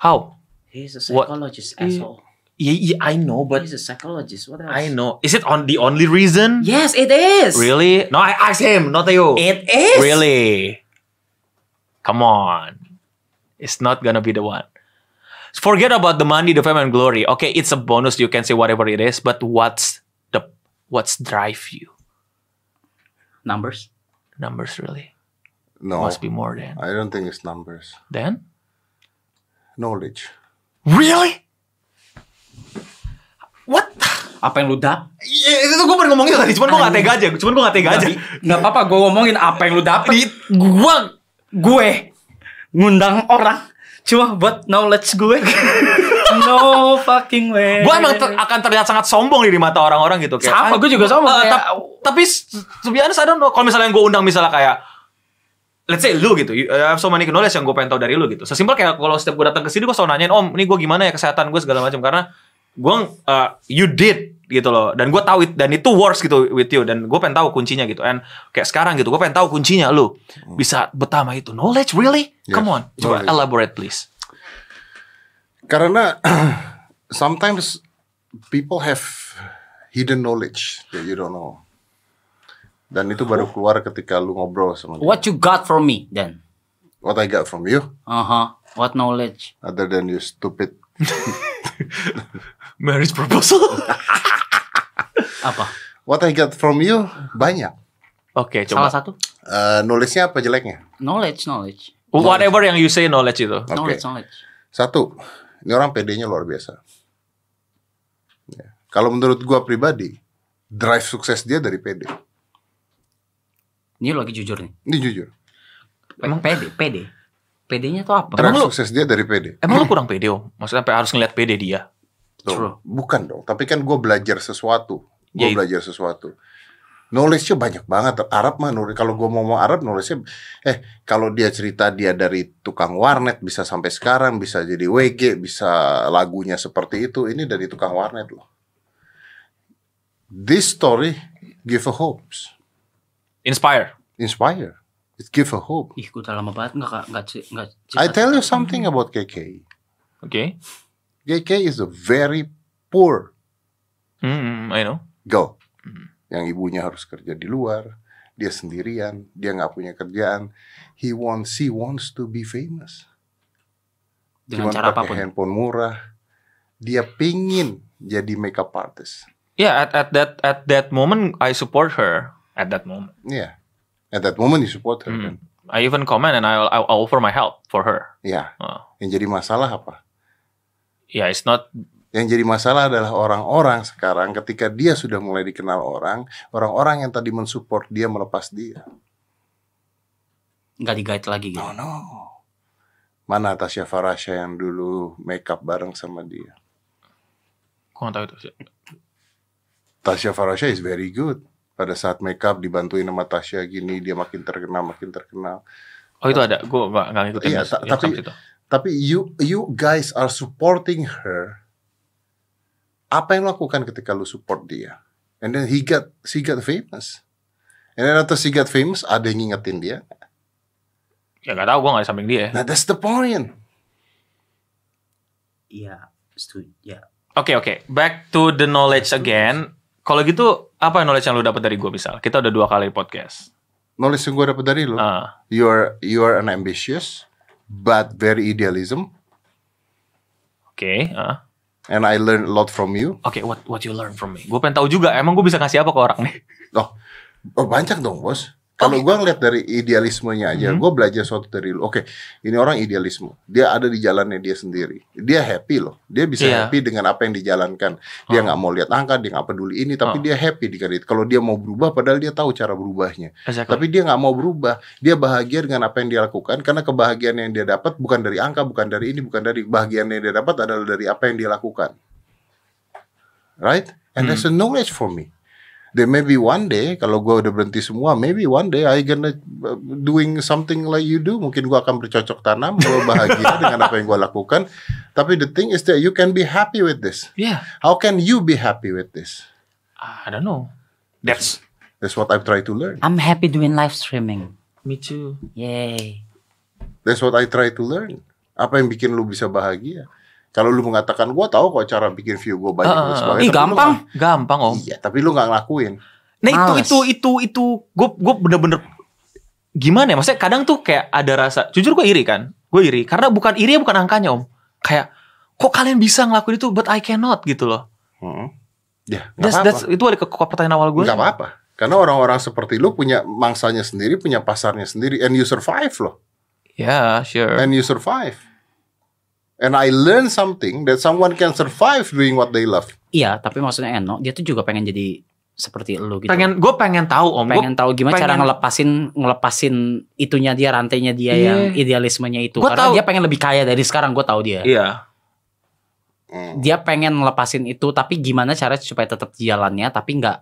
How? he's a What? psychologist Iya. asshole Iya, iya, I know but he's a psychologist what else I know. Is it on the only reason? yes it is Really? No, I asked him, not you. it is Really? Come on. It's not gonna be the one. Forget about the money, the fame, and glory. Okay, it's a bonus. You can say whatever it is, but what's the what's drive you? numbers Numbers really No, must be more than I don't think it's numbers. than Knowledge. really. What? apa yang lu dap Iya, itu gue baru ngomong itu tadi. Cuman gue gak tega aja. Cuman gue gak tega aja. nggak apa-apa gue ngomongin apa yang lu dapet Di, gue gue ngundang orang cuma buat knowledge gue no fucking way gue emang ter- akan terlihat sangat sombong di mata orang-orang gitu kayak Sama, ah, gua juga sombong, eh, kayak- tap- tapi sebenarnya saya don't know kalau misalnya gue undang misalnya kayak let's say lu gitu you, I have so many knowledge yang gue pengen tahu dari lu gitu sesimpel kayak kalau setiap gue datang ke sini gue selalu nanyain om ini gue gimana ya kesehatan gue segala macam karena gue eh, you did gitu loh dan gue tahu it, dan itu works gitu with you dan gue pengen tahu kuncinya gitu and kayak sekarang gitu gue pengen tahu kuncinya lu bisa betama itu knowledge really come Hmm. on Yes, coba knowledge. elaborate please Karena sometimes people have hidden knowledge that you don't know. Dan itu baru keluar ketika lu ngobrol sama dia. what you got from me then What I got from you, uh huh what knowledge other than you stupid. marriage proposal apa What I got from you banyak. oke coba salah satu Eh, nulisnya apa jeleknya? knowledge knowledge Whatever yang you say knowledge itu. Oke. knowledge knowledge Satu, ini orang PD-nya luar biasa. Ya. Kalau menurut gua pribadi, drive sukses dia dari PD. ini lu lagi jujur nih Ini jujur. P- pede pede PD-nya tuh apa? Drive lu- sukses dia dari PD. Emang lu kurang pede om? Maksudnya sampai harus ngeliat pede dia? Tuh, True. Bukan dong, tapi kan gue belajar sesuatu. Ya, Gue i- belajar sesuatu. Nulisnya banyak banget. Arab mah nulis. Kalau gue mau ngomong Arab nulisnya, eh kalau dia cerita dia dari tukang warnet bisa sampai sekarang, bisa jadi WG, bisa lagunya seperti itu. Ini dari tukang warnet loh. This story give a hopes, Inspire. inspire. It give a hope. Ih, gue udah lama banget nggak nggak nggak ci- nggak. I cerita- tell you something about KK. Oke. KK is a very poor Hmm, I know. Go. Mm-hmm. Yang ibunya harus kerja di luar, dia sendirian, dia nggak punya kerjaan. He wants, she wants to be famous. dengan Cuman cara pakai apapun. handphone murah. Dia pingin jadi makeup artist. Yeah, at, at that at that moment I support her. At that moment, Iya. At that moment you support Mm-hmm. her. kan? Hmm. I even comment and I I offer my help for her. Iya. Oh. Yang jadi masalah apa? Yeah, it's not. Yang jadi masalah adalah orang-orang sekarang ketika dia sudah mulai dikenal orang, orang-orang yang tadi mensupport dia melepas dia. Nggak digait lagi gitu. No, no. Mana Tasya Farasya yang dulu makeup bareng sama dia? Gua nggak tahu itu. sih. Tasya Farasya is very good. Pada saat makeup dibantuin sama Tasya gini, dia makin terkenal, makin terkenal. Oh itu ada. Gue nggak nggak ngikutin. Iya, yang- ta- yang tapi- sampai situ. Tapi you you guys are supporting her. Apa yang lo lakukan ketika lu support dia? And then he got she got famous. And then after she got famous, ada yang ngingetin dia. ya nggak tahu. Gue nggak di samping dia. Nah, that's the point. Iya, setuju. Ya. Oke oke. Back to the knowledge again. Kalau gitu apa knowledge yang lu dapat dari gue misal? Kita udah dua kali podcast. Knowledge yang gue dapat dari lu, Ah, you are you are an ambitious but very idealism. oke. ah. And I learned a lot from you. Oke, what what you learn from me? Gue pengen tahu juga. Emang gue bisa ngasih apa ke orang nih? Oh, oh banyak dong bos. Kalau gitu. gua ngeliat dari idealismenya Hmm. aja, gua belajar sesuatu dari lu. Oke, ini orang idealisme. Dia ada di jalannya dia sendiri. Dia happy loh. Dia bisa Iya. happy dengan apa yang dijalankan. Dia nggak mau lihat angka, dia nggak peduli ini, tapi Oh. dia happy dengan itu. Kalau dia mau berubah, padahal dia tahu cara berubahnya. Exactly. Tapi dia nggak mau berubah. Dia bahagia dengan apa yang dia lakukan karena kebahagiaan yang dia dapat bukan dari angka, bukan dari ini, bukan dari bahagian yang dia dapat adalah dari apa yang dia lakukan. Right? And that's a knowledge for me. Then maybe one day kalau gua udah berhenti semua, maybe one day I gonna uh, doing something like you do. Mungkin gua akan bercocok tanam, gua bahagia dengan apa yang gua lakukan. Tapi the thing is that you can be happy with this. yeah, How can you be happy with this? I don't know. That's That's what I've tried to learn. I'm happy doing live streaming. Me too. Yay. That's what I try to learn. Apa yang bikin lu bisa bahagia? Kalau lu mengatakan gua tahu kok cara bikin view gua banyak dan Ah, sebagainya," Ih, tapi lu gampang. nggak- Gampang om. Iya, tapi lu nggak ngelakuin. Nah itu Males. itu itu itu gue gue bener-bener gimana ya? Maksudnya kadang tuh kayak ada rasa. Jujur gue iri kan? Gue iri karena bukan iri bukan angkanya om. Kayak kok kalian bisa ngelakuin itu but I cannot gitu loh. Heeh. Ya, nggak That's, that's, apa-apa. itu ada ke ke pertanyaan awal gue. Nggak apa-apa. Karena orang-orang seperti lu punya mangsanya sendiri, punya pasarnya sendiri, and you survive loh. Yeah, Ya, sure. And you survive. And I learn something that someone can survive doing what they love. Iya, tapi maksudnya Eno, dia tuh juga pengen jadi seperti lu gitu. Pengen gue pengen tahu om. pengen tahu gimana cara pengen- ngelepasin ngelepasin itunya dia rantainya dia Iya. yang idealismenya itu Gua tahu. karena dia pengen lebih kaya dari sekarang gue tahu dia Gua, iya. Hmm. dia pengen ngelepasin itu tapi gimana cara supaya tetap jalannya tapi nggak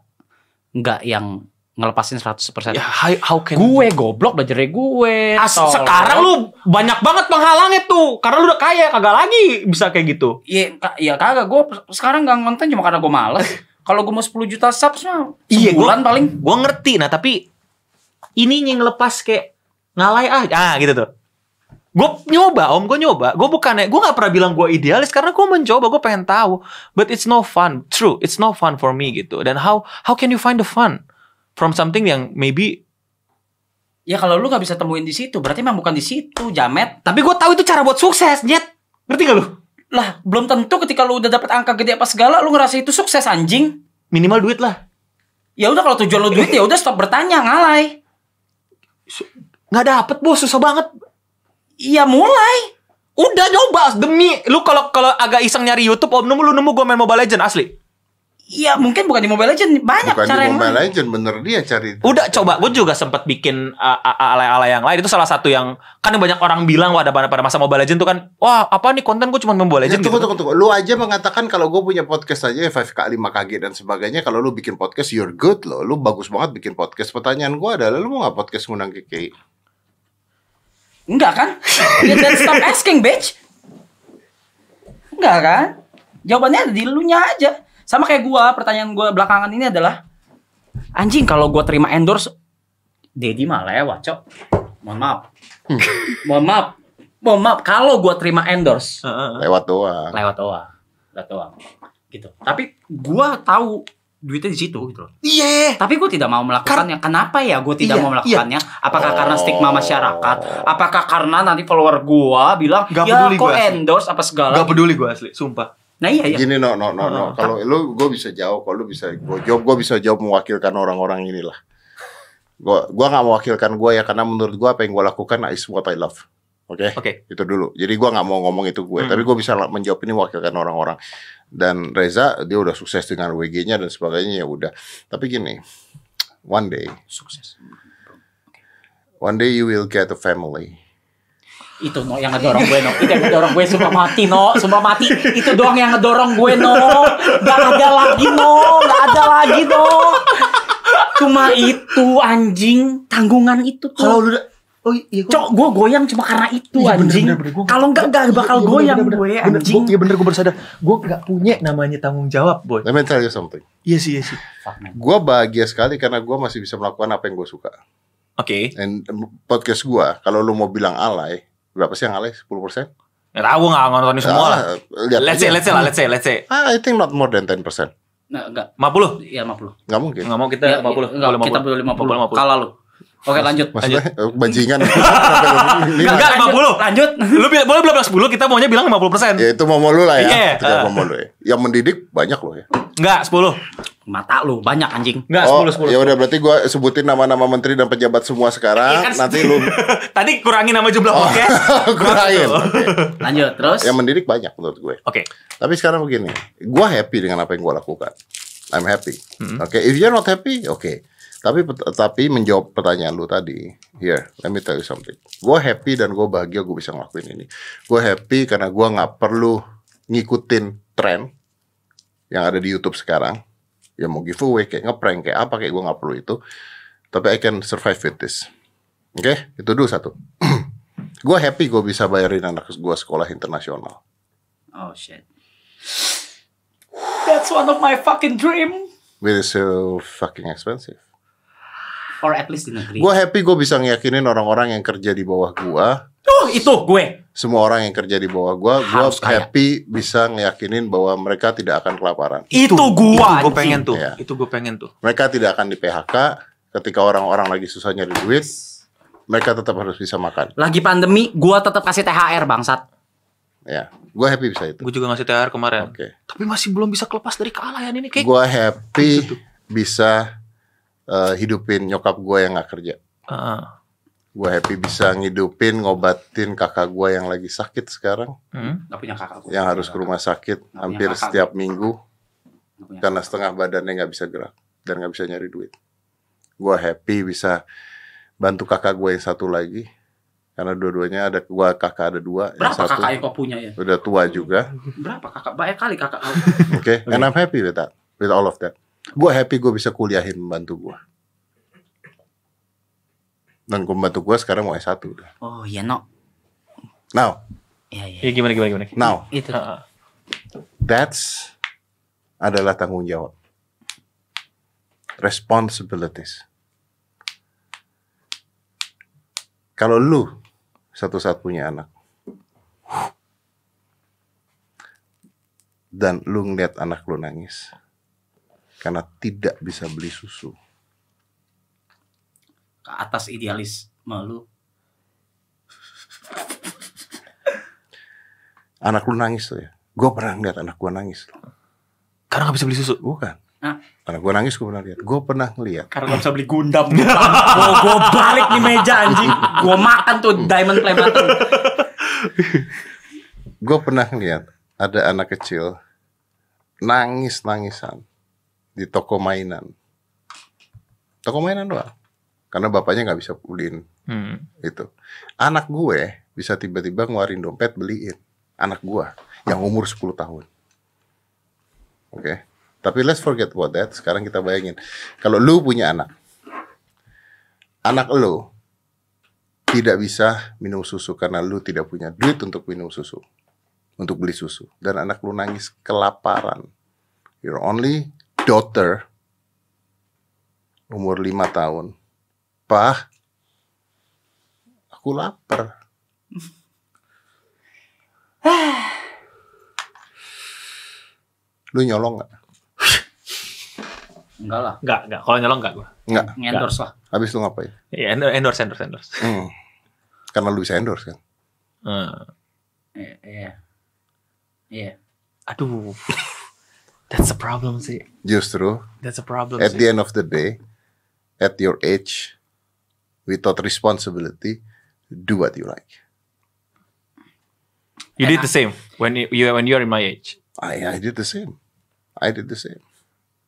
nggak yang ngelepasin 100% Ya, how, how can gue goblok belajar dari gue As- tolol. sekarang lu banyak banget penghalangnya tuh karena lu udah kaya kagak lagi bisa kayak gitu. Iya, ka- iya kagak gue sekarang nggak ngonten cuma karena gue males. Kalau gue mau 10 juta subs mah Iya, sebulan paling. Gue ngerti nah tapi ini yang lepas kayak ngalai ah ah gitu tuh. Gue nyoba om, gue nyoba. Gue bukannya, gue gak pernah bilang gue idealis karena gue mencoba, gue pengen tahu. But it's no fun, true. It's no fun for me gitu. Dan how how can you find the fun from something yang maybe? Ya kalau lu nggak bisa temuin di situ, berarti emang bukan di situ, jamet. Tapi gue tahu itu cara buat sukses, nyet. Ngerti gak lu? Lah, belum tentu ketika lu udah dapat angka gede apa segala, lu ngerasa itu sukses anjing. Minimal duit lah. Ya udah kalau tujuan lu duit ya udah stop bertanya ngalai. nggak dapet bos susah banget Iya mulai. udah nyoba demi lu kalau kalau agak iseng nyari YouTube om nemu lu nemu gue main Mobile Legend asli Iya mungkin bukan di Mobile Legends banyak Bukan di cara yang Mobile lain. Legends, bener dia cari. udah coba gue juga sempet bikin uh, uh, ala-ala yang lain itu salah satu yang kan banyak orang bilang wah ada pada pada masa Mobile Legend tuh kan wah apa nih konten gue cuma main Mobile Ya, Legend tunggu, gitu. tunggu, tunggu. Lu aja mengatakan kalau gue punya podcast aja ya, 5K, 5KG dan sebagainya. Kalau lu bikin podcast, you're good loh. Lu bagus banget bikin podcast. Pertanyaan gue adalah, lu mau gak podcast ngundang KKI? Enggak kan? Ya then stop asking bitch. Enggak kan? Jawabannya ada di lunya aja. Sama kayak gua, pertanyaan gua belakangan ini adalah anjing kalau gua terima endorse Dedi mah lewat, Cok. Mohon maaf. Mohon maaf. Mohon maaf kalau gua terima endorse Heeh. Lewat doang. lewat doang. Lewat doang. Gitu. Tapi gua tahu duitnya di situ gitu loh. Iya Tapi gue tidak mau melakukannya. Kenapa ya gue Iya, Oh. tidak mau melakukannya? Apakah karena stigma masyarakat? Apakah karena nanti follower gue bilang Nggak ya peduli kok gua sih." endorse apa segala? nggak peduli gue asli sumpah Nah iya iya. Gini, no, no, no, no. Kalau lu, gue bisa jawab. Kalau lu bisa, gue jawab, gue bisa jawab mewakilkan orang-orang inilah. Gue gua gak mewakilkan gue ya, karena menurut gue apa yang gue lakukan is what I love. Oke? oke itu dulu. Jadi gua nggak mau ngomong itu Hmm. gue, tapi gue bisa la- menjawab ini wakilkan orang-orang. Dan Reza dia udah sukses dengan WG-nya dan sebagainya ya udah. Tapi gini, one day, Sukses. one day you will get a family. Itu no yang ngedorong gue no. Itu yang ngedorong gue sumpah mati no. Sumpah mati. Itu doang yang ngedorong gue no. Gak ada lagi no. Gak ada lagi no. Cuma itu anjing tanggungan itu tuh. kalau lu udah- oh iya gua- Cok, gue goyang cuma karena itu Iya, bener, anjing. bener, bener. Gua- Kalau enggak enggak bakal Iya, bener, goyang bener, gue bener. Bener, anjing. gua- iya bener gue bersadar gue nggak punya namanya tanggung jawab boy Let me tell you something. iya sih iya sih Gue bahagia sekali karena gue masih bisa melakukan apa yang gue suka. oke And um, podcast gue, kalau lu mau bilang alay, berapa sih yang alay? 10 persen? nggak Ya, tahu gue nggak nontonin semua lah lihat let's say aja. let's say lah let's say let's say Ah, I think not more than 10 persen. Nah, enggak. 50 Iya 50. Nggak mungkin. Nggak mau kita Ya, 50. enggak, Boleh kita boleh 50. 50. Kalah lu. Oke, lanjut. Maksudnya eh, bajingan. Sampai lu- Enggak, enggak, Lanjut, 50. Lanjut. Lu bila- boleh bilang 10, kita maunya bilang 50%. Ya itu mau lu lah ya. Iya. Itu mau lu ya. Yang mendidik banyak loh ya. Enggak, 10. Mata lu banyak anjing. Enggak, oh, 10 10. ya udah berarti gua sebutin nama-nama menteri dan pejabat semua sekarang. Iya kan, nanti lu Tadi kurangin nama jumlah podcast. Oh. kurangin. Oke. Oke. Lanjut terus. Yang mendidik banyak menurut gue. Oke. Tapi sekarang begini, gua happy dengan apa yang gua lakukan. I'm happy. Hmm. Oke, if you're not happy, oke. Tapi pet- tapi menjawab pertanyaan lu tadi, here, let me tell you something. Gua happy dan gua bahagia gua bisa ngelakuin ini. Gua happy karena gua nggak perlu ngikutin tren yang ada di YouTube sekarang. Ya mau giveaway kayak ngeprank kayak apa kayak gua nggak perlu itu. Tapi I can survive with this. Oke, itu dulu satu. gua happy gua bisa bayarin anak gua sekolah internasional. Oh shit. That's one of my fucking dream. But it's so fucking expensive. Or at least di negeri. Gue happy gue bisa ngeyakinin orang-orang yang kerja di bawah gua, Tuh, itu gue. semua orang yang kerja di bawah gua, gua Harus kaya. happy bisa ngeyakinin bahwa mereka tidak akan kelaparan. Itu, gua. itu gue pengen tuh. Iya. Itu gue pengen tuh. Mereka tidak akan di PHK ketika orang-orang lagi susah nyari duit, mereka tetap harus bisa makan. Lagi pandemi, gua tetap kasih THR bangsat. Ya, gua happy bisa itu. Gue juga ngasih THR kemarin. Oke. Tapi masih belum bisa kelepas dari kealahan ini kayak. Gua happy bisa eh, hidupin nyokap gua yang nggak kerja. Ah. Gua happy bisa ngidupin ngobatin kakak gua yang lagi sakit sekarang, Hmm. Gak punya kakak. gua. yang harus ke rumah sakit punya hampir kakak. setiap minggu. Gak punya. karena setengah badannya nggak bisa gerak dan nggak bisa nyari duit. Gua happy bisa bantu kakak gue yang satu lagi karena dua-duanya ada gua kakak ada dua yang Berapa satu kakak yang kau punya ya? udah tua juga. Berapa kakak? Banyak kali kakak. kau. Oke, and I'm happy with that, with all of that. Gua happy gue bisa kuliahin membantu gua. Dan pembantu gua sekarang mau S1 udah. Oh iya no. Now, Iya iya. Ya, gimana gimana gimana. now, Itu. Ah, ah. that's adalah tanggung jawab. Responsibilities. Kalau lu satu saat punya anak dan lu ngeliat anak lu nangis karena tidak bisa beli susu, Ke atas idealis malu. anak lu nangis tuh ya. Gue pernah ngeliat anak gua nangis. Karena gak bisa beli susu. Bukan. Hah? Anak gua nangis gue pernah lihat. Gue pernah ngeliat Karena gak bisa beli gundam Gua gua balik di meja anjing Gua makan tuh diamond play button gue pernah lihat ada anak kecil nangis nangisan di toko mainan toko mainan doang karena bapaknya nggak bisa beliin Hmm. itu Gitu. anak gue bisa tiba-tiba ngeluarin dompet beliin anak gue yang umur 10 tahun oke tapi let's forget about that sekarang kita bayangin kalau lu punya anak anak lu tidak bisa minum susu karena lu tidak punya duit untuk minum susu untuk beli susu dan anak lu nangis kelaparan your only daughter umur 5 tahun pah aku lapar. Lu nyolong nggak? Enggak lah Enggak, enggak. Kalau nyolong enggak gue. Nggak. Ngendorse lah Habis lu ngapain? Ya, endorse, endorse, endorse. endorse. Hmm. Karena lu bisa endorse kan? Hmm. Iya Iya Iya Aduh. That's a problem sih. Justru That's a problem at sih. the end of the day, at your age, without responsibility, do what you like. You did the same when you you- when you're in my age. I I did the same. I did the same.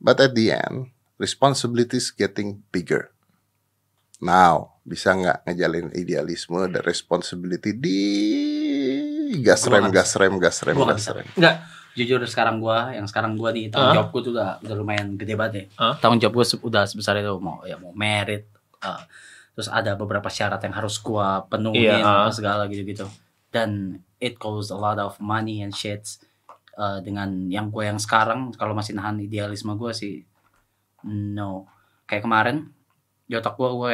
But at the end, responsibilities getting bigger. Now, bisa nggak ngejalin idealisme dan responsibility di gas Gua rem, nggak gas rem, gas rem, kan? Gua nggak gas bisa. rem. Enggak Jujur sekarang gua Yang sekarang gua nih Tanggung Hah? jawabku tuh udah, udah lumayan gede banget ya Hah? Tanggung jawab gua se- udah sebesar itu Mau ya mau merit eh, Terus ada beberapa syarat yang harus gua penuhi Iya, ah. apa Segala gitu-gitu Dan it costs a lot of money and shit Eh, Dengan yang gua yang sekarang Kalau masih nahan idealisme gua sih No Kayak kemarin di otak gue gue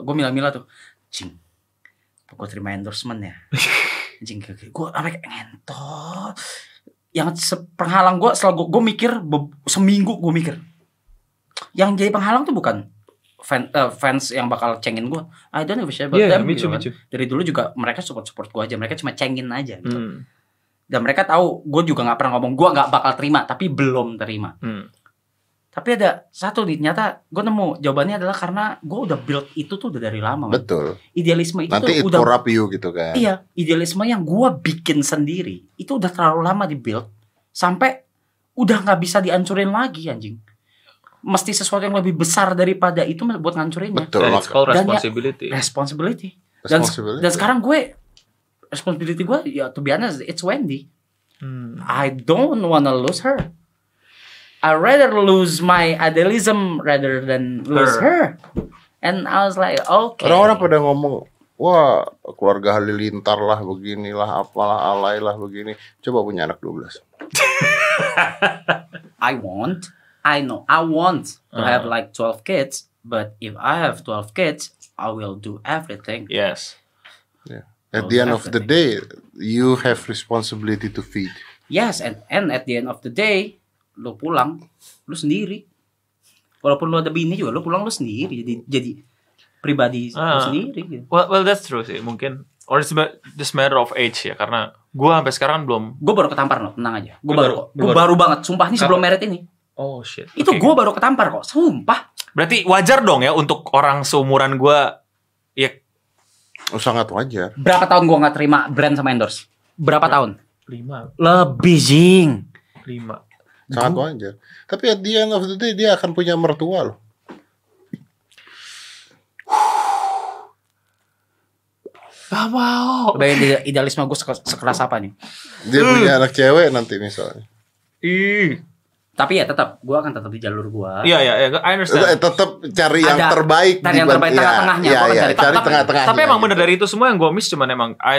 gue eh, milah-milah tuh cing gue terima endorsement ya anjing gue sampai kayak ngentot yang se- penghalang gue selalu gue mikir be- seminggu gue mikir yang jadi penghalang tuh bukan fan- eh, fans yang bakal cengin gue I don't give a shit about them gitu kan. dari dulu juga mereka support support gue aja mereka cuma cengin aja gitu. Hmm. dan mereka tahu gue juga nggak pernah ngomong gue nggak bakal terima tapi belum terima Hmm. Tapi ada satu nih, ternyata gue nemu jawabannya adalah karena gue udah build itu tuh udah dari lama. man. Betul. Idealisme itu Nanti it tuh udah corrupt you gitu kan. Iya, idealisme yang gue bikin sendiri itu udah terlalu lama di build sampai udah nggak bisa dihancurin lagi anjing. Mesti sesuatu yang lebih besar daripada itu buat ngancurinnya. Betul. Dan it's maka- called Dan ya- responsibility. Responsibility. Dan, responsibility. dan sekarang gue responsibility gue ya to be honest it's Wendy. Hmm. I don't wanna lose her. I rather lose my idealism rather than lose her. And I was like, okay. Orang-orang pada ngomong, wah keluarga halilintar lah, beginilah, apalah, alay lah, begini. Coba punya anak 12. I want, I know, I want to have like 12 kids, but if I have 12 kids, I will do everything. Yes. Ya. Oh, At the end of the day, you have responsibility to feed. Yes, and, and at the end of the day, lu pulang, lu sendiri. Walaupun lu ada bini juga, lu pulang lu sendiri. Jadi jadi pribadi lu Ah. sendiri. Gitu. Well, well that's true sih mungkin. Or it's ma- just matter of age ya karena gua sampai sekarang belum. Gue baru ketampar loh, tenang aja. Gue Lu baru- lu baru, Ah. gue baru- baru banget. Sumpah ini sebelum merit ini. Oh shit. Itu Oke. gue baru ketampar kok. Sumpah. Berarti wajar dong ya untuk orang seumuran gua ya Oh, sangat wajar. Berapa tahun gue nggak terima brand sama endorse? Berapa tahun? lima Lebih jing. lima. Sangat wajar. Tapi at the end of the day, dia akan punya mertua loh. Gak Oh. mau. Bayangin idealisme gue sekeras apa nih? Dia punya anak cewek nanti misalnya. Ih. Tapi ya tetap, gue akan tetap di jalur gue. Iya iya iya, I understand. Tetap Eh, cari yang Ada. terbaik. Cari yang diban- terbaik, ya, tengah-tengahnya. ya, Gua akan ya, cari cari tengah-tengah. tengah-tengah. Tapi emang bener dari itu semua yang gue miss cuman emang I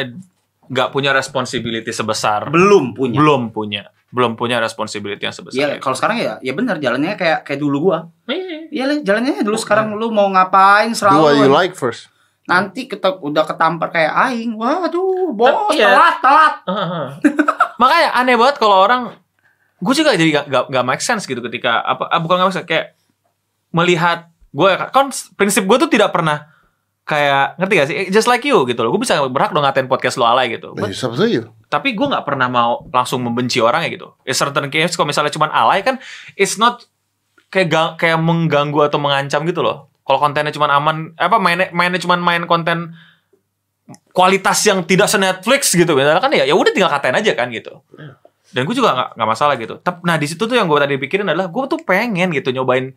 nggak punya responsibility sebesar Belum punya. belum punya belum punya responsibility yang sebesar Iya, itu. kalau sekarang ya, ya benar jalannya kayak kayak dulu gua. Iya. Iya, Le, jalannya dulu sekarang lu mau ngapain Do what you selalu. like first. Nanti kita udah ketampar kayak aing. Waduh, bos, Iya. telat, telat. Makanya aneh banget kalau orang gue juga jadi gak, gak, gak make sense gitu ketika apa ah, bukan gak make sense kayak melihat gue kan prinsip gue tuh tidak pernah kayak ngerti gak sih Eh, just like you gitu loh gue bisa berhak dong ngatain podcast lo alay gitu But- It's up to you. tapi gue nggak pernah mau langsung membenci orang ya gitu in certain case kalau misalnya cuman alay kan it's not kayak ga- kayak mengganggu atau mengancam gitu loh kalau kontennya cuman aman apa mainnya mainnya cuman main konten kualitas yang tidak se Netflix gitu misalnya kan ya ya udah tinggal katain aja kan gitu dan gue juga nggak nggak masalah gitu Tep- nah di situ tuh yang gue tadi pikirin adalah gue tuh pengen gitu nyobain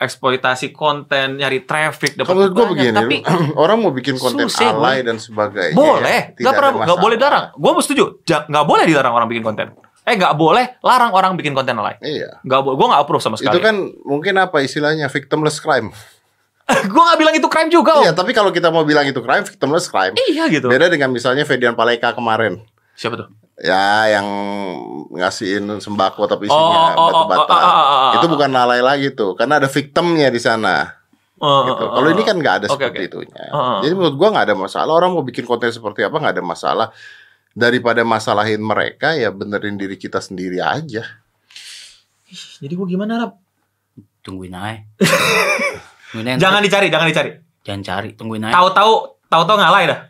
eksploitasi konten nyari traffic dapat Kalau gue banyak. begini, tapi orang mau bikin konten Susah, alay dan sebagainya. boleh, ya, nggak tidak pernah, ada nggak boleh masalah. dilarang. Gue mau setuju, Ja- nggak boleh dilarang orang bikin konten. Eh nggak boleh, larang orang bikin konten lain. Iya. Nggak boleh, gue nggak approve sama sekali. Itu kan mungkin apa istilahnya victimless crime. gue nggak bilang itu crime juga. Om. Iya, tapi kalau kita mau bilang itu crime, victimless crime. Iya gitu. Beda dengan misalnya Fedian Paleka kemarin. Siapa tuh? Ya, yang ngasihin sembako tapi Oh, oh, isinya oh, batu-bata. oh, oh, oh, oh, oh. Itu bukan lalai lagi tuh, karena ada victimnya di sana. Eh, eh, gitu. eh, Kalau eh. ini kan nggak ada Oke, seperti oke. Oh, itunya. Heeh. Jadi menurut gua nggak ada masalah. Orang mau bikin konten seperti apa nggak ada masalah. Daripada masalahin mereka ya benerin diri kita sendiri aja. Jadi gue gimana Rap? Tungguin aja. Tungguin aja. eh. Jangan dicari, jangan dicari. jangan cari, tungguin aja. Tahu-tahu, tahu-tahu ngalai dah.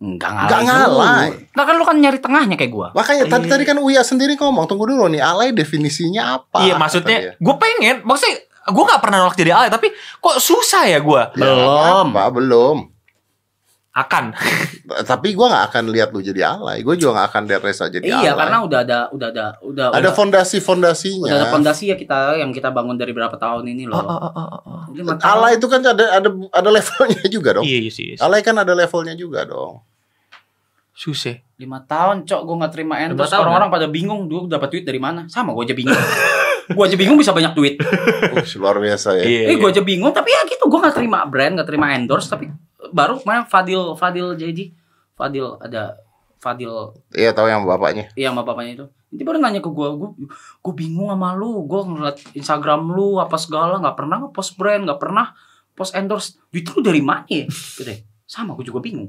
Enggak Nggak ngalah. ngalah. Nah kan lu kan nyari tengahnya kayak gua. Makanya tadi Iya. tadi kan Uya sendiri ngomong tunggu dulu nih alay definisinya apa? Iya kata dia. maksudnya, gue pengen, maksudnya gue nggak pernah nolak jadi alay, tapi kok susah ya gue? Ya, Belum. apa, belum. Akan. T- Tapi gua nggak akan lihat lu jadi alay. Gua juga nggak akan lihat Reza jadi alay. Iya, karena udah ada udah ada udah ada udah, fondasi-fondasinya. udah ada fondasi ya kita yang kita bangun dari berapa tahun ini Oh, loh. oh, oh, oh, oh. Lima tahun. Alay itu kan ada ada ada levelnya juga dong. Iya iya sih, iya sih. Alay kan ada levelnya juga dong. Susah. lima tahun cok gue nggak terima endorse tahun, ya? orang-orang pada bingung dulu dapat duit dari mana sama gue aja bingung gue aja bingung bisa banyak duit Uh, luar biasa ya. Iya. eh gue iya. aja bingung tapi ya gitu gue nggak terima brand nggak terima endorse tapi baru kemarin Fadil Fadil jadi Fadil ada Fadil Iya tahu yang bapaknya. iya sama bapaknya itu nanti baru nanya ke gue gue gue bingung sama lu gue ngeliat Instagram lu apa segala nggak pernah ngepost brand nggak pernah post endorse duit lu dari mana ya gitu deh sama gue juga bingung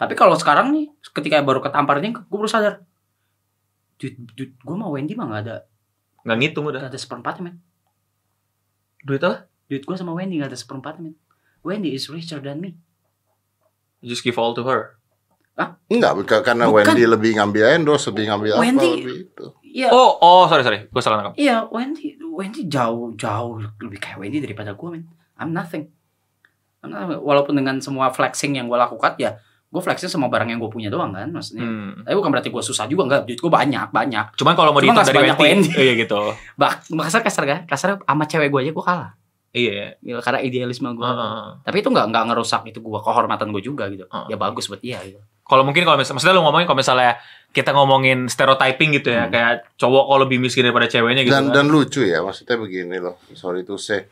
tapi kalau sekarang nih ketika baru ketampar ini gue baru sadar duit duit gue sama Wendy mah nggak ada Nggak ngitung udah. nggak ada seperempatnya men Duit apa? duit gue sama Wendy nggak ada seperempatnya men Wendy is richer than me Just give all to her. Enggak, bukan- karena Bukan. Wendy lebih ngambil endorse, lebih ngambil Wendy- apa lebih itu. iya Oh, oh, sorry, sorry. Gue salah nangkap. iya Wendy Wendy jauh jauh lebih kayak Wendy daripada gue men I'm nothing. I'm nothing. walaupun dengan semua flexing yang gue lakukan ya gue flexing sama barang yang gue punya doang kan maksudnya Hmm. tapi bukan berarti gue susah juga enggak duit gue banyak banyak Cuman kalau mau Cuma dihitung nggak dari sebanyak Wendy, Wendy. iya gitu. bah kasar kasar kan kasar sama cewek gue aja gue kalah Iya. Gila, karena idealisme gue Heeh. tapi itu nggak nggak ngerusak itu gue kehormatan gue juga gitu Heeh. ya bagus buat dia gitu Kalau mungkin kalau misalnya, maksudnya lu ngomongin kalau misalnya kita ngomongin stereotyping gitu ya, Hmm. kayak cowok kalau lebih miskin daripada ceweknya gitu. dan kan. dan lucu ya maksudnya begini loh sorry tuh saya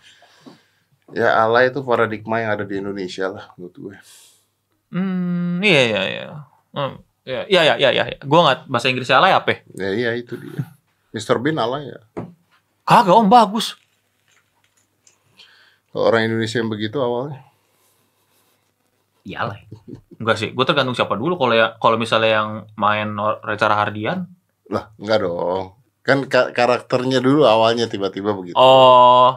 ya alay itu paradigma yang ada di Indonesia lah menurut gue Hmm, iya iya iya. Hmm, iya iya iya iya. iya. Gua enggak bahasa Inggrisnya alay apa? ya? ya iya itu dia Mr. Bean alay ya Kagak, Om, bagus. kalau orang Indonesia yang begitu awalnya iyalah Enggak sih, gue tergantung siapa dulu kalau ya kalau misalnya yang main or- Reza Rahardian. lah enggak dong kan ka- karakternya dulu awalnya tiba-tiba begitu Oh.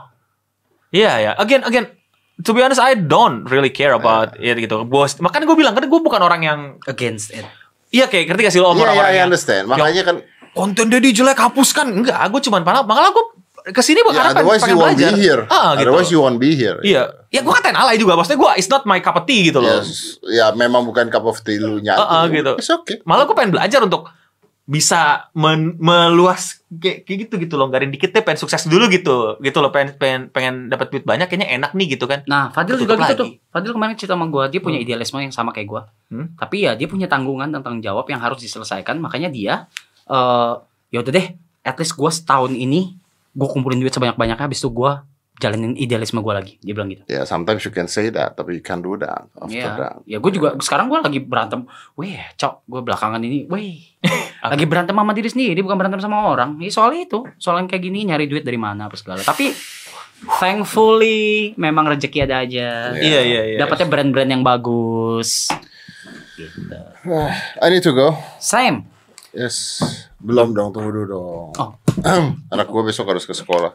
Iya ya. Again again to be honest I don't really care about Iya. it gitu. Bos, makanya gue bilang kan gue bukan orang yang against it iya kayak ngerti gak sih lo om Iya, iya, orang-orang iya, yang understand. Makanya kan, konten Dedi jelek hapuskan. Enggak, gue cuman malah malah gue kesini ya, karena pengen, otherwise pengen you won't belajar. be here. Ah, gitu. Otherwise you won't be here. Iya. Ya gue katain alay juga. Maksudnya gue it's not my cup of tea gitu loh. Ya, s- ya memang bukan cup of tea lu nyatu. Ah, ah, gitu. It's okay. Malah gue pengen belajar untuk bisa men- meluas kayak, kayak gitu gitu loh garin dikit deh pengen sukses dulu gitu gitu loh pengen pengen pengen dapat duit banyak kayaknya enak nih gitu kan nah Fadil Ketutup juga gitu lagi. tuh Fadil kemarin cerita sama gue dia punya idealisme yang sama kayak gue Hmm. tapi ya dia punya tanggungan dan tanggung jawab yang harus diselesaikan makanya dia eh ya udah deh at least gue setahun ini gue kumpulin duit sebanyak-banyaknya habis itu gue jalanin idealisme gue lagi dia bilang gitu Ya, sometimes you can say that, tapi you can't do that after Iya. that. ya gue juga sekarang gue lagi berantem weh cok gue belakangan ini weh lagi berantem sama diri sendiri bukan berantem sama orang ya soal itu soal yang kayak gini nyari duit dari mana apa segala tapi thankfully memang rezeki ada aja iya iya iya dapatnya brand-brand yang bagus gitu I need to go. Sam Yes. Belum dong, tunggu dulu dong. Oh. Anak gue besok harus ke sekolah.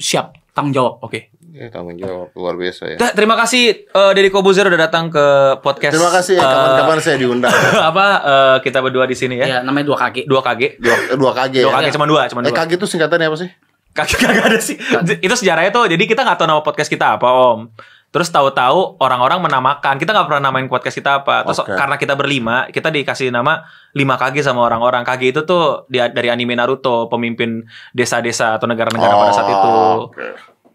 siap tanggung jawab oke Ya, tanggung jawab luar biasa ya. Dah, terima kasih eh, Deddy Kobuzer udah datang ke podcast Terima kasih ya, eh, kapan-kapan saya diundang. apa eh, kita berdua di sini Iya. ya ya namanya dua kaki dua kg Dua, dua kage dua ya. kg cuma dua cuma Eh, dua kage itu singkatannya apa sih? kaki kagak ada sih itu sejarahnya tuh jadi kita nggak tahu nama podcast kita apa om terus tahu-tahu orang-orang menamakan kita nggak pernah namain podcast kita apa terus Oke. karena kita berlima kita dikasih nama 5 kg sama orang-orang kg itu tuh dia dari anime Naruto pemimpin desa-desa atau negara-negara pada saat itu Oh, oke.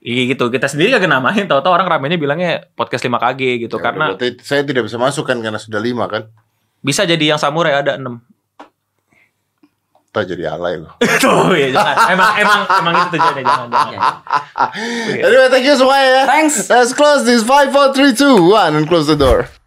Iya gitu kita sendiri kagak namain tahu-tahu orang ramenya bilangnya podcast 5 kg gitu Ya, karena berarti saya tidak bisa masuk kan karena sudah lima kan. bisa jadi yang samurai ada 6 Kita jadi alay loh. tuh ya jangan emang emang emang itu tujuannya jangan jangan Iya. Anyway, thank you semuanya ya. Thanks. Let's close this. Five, four, three, two, one, and close the door.